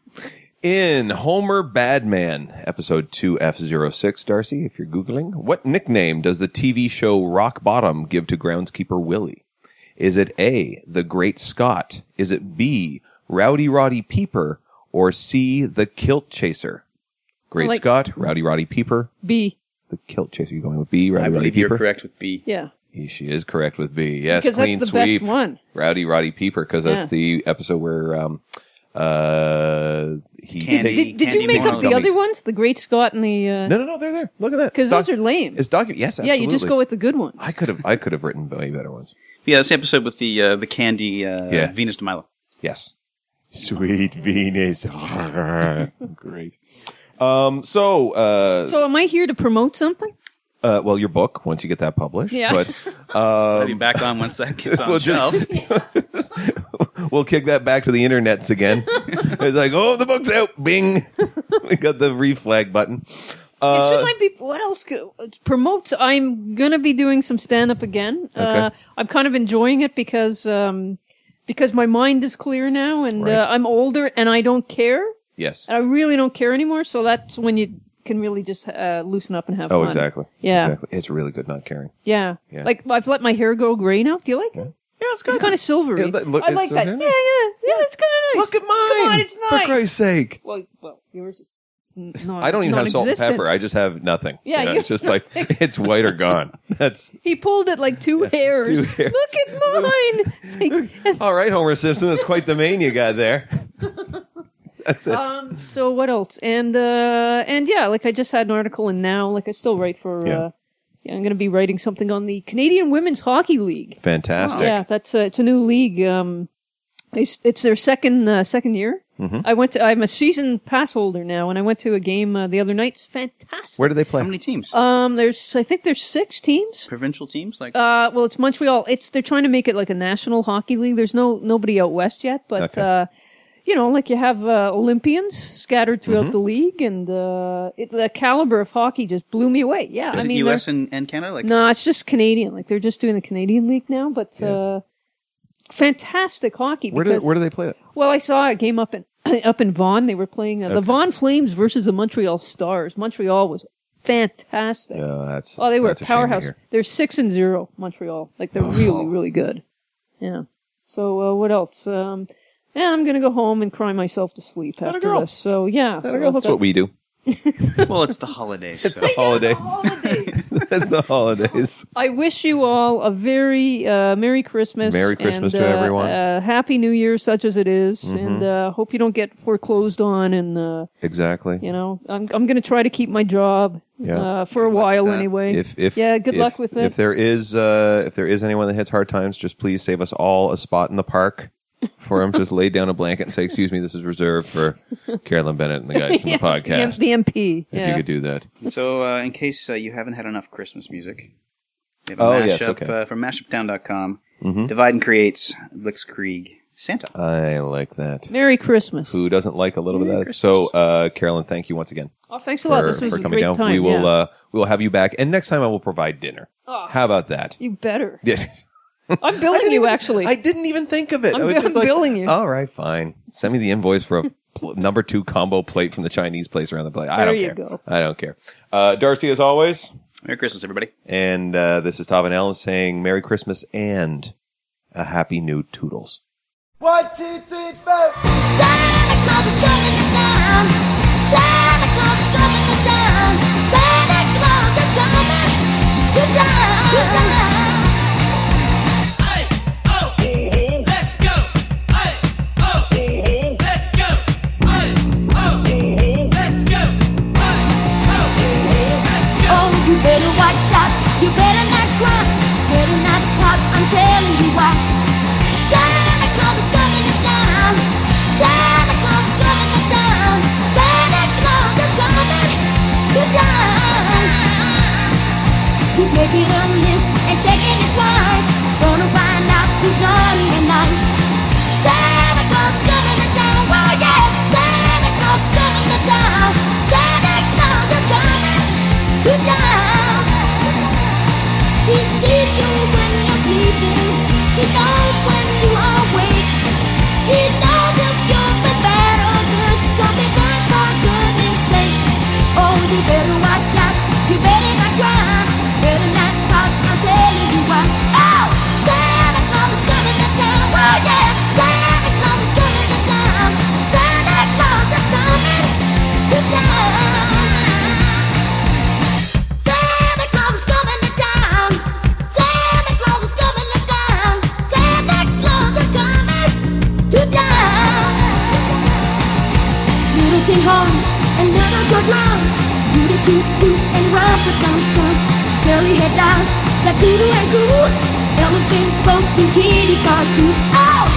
[SPEAKER 3] In Homer Badman, episode 2F06, Darcy, if you're Googling, what nickname does the TV show Rock Bottom give to groundskeeper Willie? Is it A, the Great Scott? Is it B, Rowdy Roddy Peeper? Or C, the Kilt Chaser? Great
[SPEAKER 2] like-
[SPEAKER 3] Scott, Rowdy Roddy Peeper,
[SPEAKER 2] B.
[SPEAKER 3] the Kilt Chaser. You going with B, Rowdy
[SPEAKER 1] I
[SPEAKER 3] Roddy
[SPEAKER 1] believe you're
[SPEAKER 3] Peeper?
[SPEAKER 1] correct with B.
[SPEAKER 2] Yeah.
[SPEAKER 3] She is correct with B. Yes,
[SPEAKER 2] Because that's
[SPEAKER 3] clean
[SPEAKER 2] the
[SPEAKER 3] sweep.
[SPEAKER 2] best one.
[SPEAKER 3] Rowdy Roddy Peeper, because that's
[SPEAKER 2] Yeah.
[SPEAKER 3] the episode where um, uh, he
[SPEAKER 1] Candy.
[SPEAKER 3] takes.
[SPEAKER 2] Did, did
[SPEAKER 1] Candy
[SPEAKER 2] you make up
[SPEAKER 1] Mono
[SPEAKER 2] the other
[SPEAKER 3] Gummies.
[SPEAKER 2] ones? The Great Scott and the
[SPEAKER 3] No, no, no, they're there. Look at that.
[SPEAKER 2] because
[SPEAKER 3] It's
[SPEAKER 2] those
[SPEAKER 3] docu-
[SPEAKER 2] are lame.
[SPEAKER 3] It's document. Yes,
[SPEAKER 2] Yeah,
[SPEAKER 3] absolutely.
[SPEAKER 2] you just go with the good one.
[SPEAKER 3] I could have. I could have written way better ones.
[SPEAKER 1] Yeah, that's the episode with the uh, the candy uh,
[SPEAKER 3] Yeah.
[SPEAKER 1] Venus de Milo.
[SPEAKER 3] Yes. Sweet Venus. Great. Um. So. Uh,
[SPEAKER 2] So am I here to promote something?
[SPEAKER 3] uh, well, your book once you get that published.
[SPEAKER 2] Yeah.
[SPEAKER 3] But
[SPEAKER 1] I'll be back on once that gets on
[SPEAKER 3] Um, we'll
[SPEAKER 1] shelves.
[SPEAKER 3] just we'll kick that back to the internets again. it's like, oh, the book's out. Bing. we got the reflag button. Uh,
[SPEAKER 2] It should might be. What else could, it promotes? I'm gonna be doing some stand up again. Uh,
[SPEAKER 3] Okay.
[SPEAKER 2] I'm kind of enjoying it because um, because my mind is clear now, and
[SPEAKER 3] Right.
[SPEAKER 2] uh, I'm older, and I don't care.
[SPEAKER 3] Yes.
[SPEAKER 2] And I really don't care anymore. So that's when you can really just uh, loosen up and have
[SPEAKER 3] Oh,
[SPEAKER 2] fun.
[SPEAKER 3] exactly.
[SPEAKER 2] Yeah.
[SPEAKER 3] Exactly. It's really good not caring.
[SPEAKER 2] Yeah.
[SPEAKER 3] Yeah.
[SPEAKER 2] Like I've let my hair go gray now. Do you like it?
[SPEAKER 3] Yeah, it's
[SPEAKER 2] It's kind of silvery.
[SPEAKER 3] Yeah, that- look,
[SPEAKER 2] I
[SPEAKER 3] it's
[SPEAKER 2] like
[SPEAKER 3] so
[SPEAKER 2] that. Yeah,
[SPEAKER 3] nice.
[SPEAKER 2] yeah, yeah. It's kind of nice.
[SPEAKER 3] Look at mine.
[SPEAKER 2] Come on, it's
[SPEAKER 3] For
[SPEAKER 2] nice.
[SPEAKER 3] Christ's sake.
[SPEAKER 2] Well, well, yours. Is n- non-
[SPEAKER 3] I don't even have salt and
[SPEAKER 2] non-existent.
[SPEAKER 3] pepper. I just have nothing.
[SPEAKER 2] Yeah,
[SPEAKER 3] You know,
[SPEAKER 2] you-
[SPEAKER 3] it's just like it's white or gone. That's
[SPEAKER 2] He pulled it like two hairs.
[SPEAKER 3] two hairs.
[SPEAKER 2] Look at mine.
[SPEAKER 3] all right, Homer Simpson. That's quite the mane you got there. That's it.
[SPEAKER 2] um, so what else? And uh, and yeah, like I just had an article, and now like I still write for.
[SPEAKER 3] Yeah.
[SPEAKER 2] Uh, yeah, I'm going to be writing something on the Canadian Women's Hockey League.
[SPEAKER 3] Fantastic.
[SPEAKER 2] Yeah, that's uh, it's a new league. Um, it's, it's their second uh, second year. I went. To, I'm a season pass holder now, and I went to a game uh, the other night. It's fantastic.
[SPEAKER 3] Where do they play?
[SPEAKER 1] How many teams?
[SPEAKER 2] um, there's I think there's six teams.
[SPEAKER 1] Provincial teams? Like
[SPEAKER 2] Uh, well, it's Montreal. It's they're trying to make it like a national hockey league. There's no nobody out west yet, but
[SPEAKER 3] Okay.
[SPEAKER 2] uh, you know, like you have uh, Olympians scattered throughout the league, and uh, it, the caliber of hockey just blew me away. Yeah,
[SPEAKER 1] is
[SPEAKER 2] I
[SPEAKER 1] it
[SPEAKER 2] mean,
[SPEAKER 1] U.S.
[SPEAKER 2] they're-
[SPEAKER 1] and, and Canada? Like
[SPEAKER 2] no, it's just Canadian. Like they're just doing the Canadian league now, but uh, fantastic hockey.
[SPEAKER 3] Where do
[SPEAKER 2] because,
[SPEAKER 3] where do they play it?
[SPEAKER 2] well, I saw a game up in up in Vaughan. They were playing uh, the Vaughan Flames versus the Montreal Stars. Montreal was fantastic.
[SPEAKER 3] Oh, that's
[SPEAKER 2] Oh, they were
[SPEAKER 3] that's
[SPEAKER 2] a
[SPEAKER 3] shame to
[SPEAKER 2] powerhouse.
[SPEAKER 3] hear.
[SPEAKER 2] They're six and zero Montreal. Like they're really, really good. Yeah. So uh, what else? Um, yeah, I'm gonna go home and cry myself to sleep after
[SPEAKER 3] girl.
[SPEAKER 2] this. So yeah,
[SPEAKER 3] I don't know, that's what we do.
[SPEAKER 1] well, it's the holidays. so.
[SPEAKER 3] The holidays. that's the holidays.
[SPEAKER 2] I wish you all a very uh, Merry Christmas.
[SPEAKER 3] Merry Christmas
[SPEAKER 2] and,
[SPEAKER 3] to
[SPEAKER 2] uh,
[SPEAKER 3] everyone. Mm-hmm.
[SPEAKER 2] Uh, Happy New Year, such as it is. and uh, hope you don't get foreclosed on. And uh,
[SPEAKER 3] Exactly.
[SPEAKER 2] you know, I'm I'm gonna try to keep my job
[SPEAKER 3] Yeah.
[SPEAKER 2] uh, for a
[SPEAKER 1] luck with
[SPEAKER 2] while
[SPEAKER 1] that.
[SPEAKER 2] anyway.
[SPEAKER 3] If if
[SPEAKER 2] yeah, good
[SPEAKER 3] if-
[SPEAKER 2] luck with it.
[SPEAKER 3] If there is uh, if there is anyone that hits hard times, just please save us all a spot in the park for him. just lay down a blanket and say, "Excuse me, this is reserved for Carolyn Bennett and the guys from the podcast."
[SPEAKER 2] The MP.
[SPEAKER 3] if
[SPEAKER 2] yeah.
[SPEAKER 3] you could do that,
[SPEAKER 1] So, uh, in case uh, you haven't had enough Christmas music, we have a
[SPEAKER 3] Oh,
[SPEAKER 1] mashup,
[SPEAKER 3] yes, okay. Mm-hmm.
[SPEAKER 1] uh, from mashuptown.com. Divide and creates Blitzkrieg Santa.
[SPEAKER 3] I like that.
[SPEAKER 2] Merry Christmas.
[SPEAKER 3] Who doesn't like a little bit of that? So, uh, Carolyn, thank you once again
[SPEAKER 2] Oh, thanks a lot.
[SPEAKER 3] for,
[SPEAKER 2] This was
[SPEAKER 3] for
[SPEAKER 2] a
[SPEAKER 3] coming
[SPEAKER 2] great
[SPEAKER 3] down.
[SPEAKER 2] time.
[SPEAKER 3] we will
[SPEAKER 2] yeah.
[SPEAKER 3] uh, we will have you back, and next time I will provide dinner.
[SPEAKER 2] Oh.
[SPEAKER 3] How about that?
[SPEAKER 2] you better.
[SPEAKER 3] Yes.
[SPEAKER 2] I'm billing you, actually.
[SPEAKER 3] I didn't even think of it.
[SPEAKER 2] I'm
[SPEAKER 3] I was
[SPEAKER 2] bill-
[SPEAKER 3] just like,
[SPEAKER 2] billing you.
[SPEAKER 3] All right, fine. Send me the invoice for a pl- number two combo plate from the Chinese place around the plate. I
[SPEAKER 2] There
[SPEAKER 3] don't
[SPEAKER 2] you
[SPEAKER 3] care.
[SPEAKER 2] go.
[SPEAKER 3] I don't care. Uh, Darcy, as always,
[SPEAKER 1] Merry Christmas, everybody.
[SPEAKER 3] and uh, this is Tavin Allen saying Merry Christmas and a Happy New Toodles.
[SPEAKER 4] One, two, three, four.
[SPEAKER 5] Santa Claus is coming to town. Santa Claus is coming to town. Santa Claus is coming to town.
[SPEAKER 6] Hey, oh, let's go. Hey, oh, let's go. Hey, oh, let's go. Hey, oh, let's go.
[SPEAKER 5] Oh, you better watch out. You better not cry. Better not pop. I'm telling you why. Santa Claus is coming to town. Santa Claus is coming to town. Santa Claus is coming to town. He's making a list and checking it twice. Gonna find out who's naughty and nice. Santa Claus coming to town, oh yeah. Santa Claus coming to town. Santa Claus is coming to town. He sees you when you're sleeping. He knows when you are awake. He knows if you've been bad or good. So be good for goodness sake. Oh, you better watch out. You better not cry. Better not talk. I'm telling you why. Oh, Santa Claus is coming to town. Oh yeah, Santa Claus is coming to town. Santa Claus is coming to town. Santa Claus is coming to town. Santa Claus is coming to town. Santa Claus is coming to town. Little tin horn and little go drum. Booty toot toot and run for dum dum. Curly head dolls, Latino and goo. Elephant folks and kitty cars too. Oh,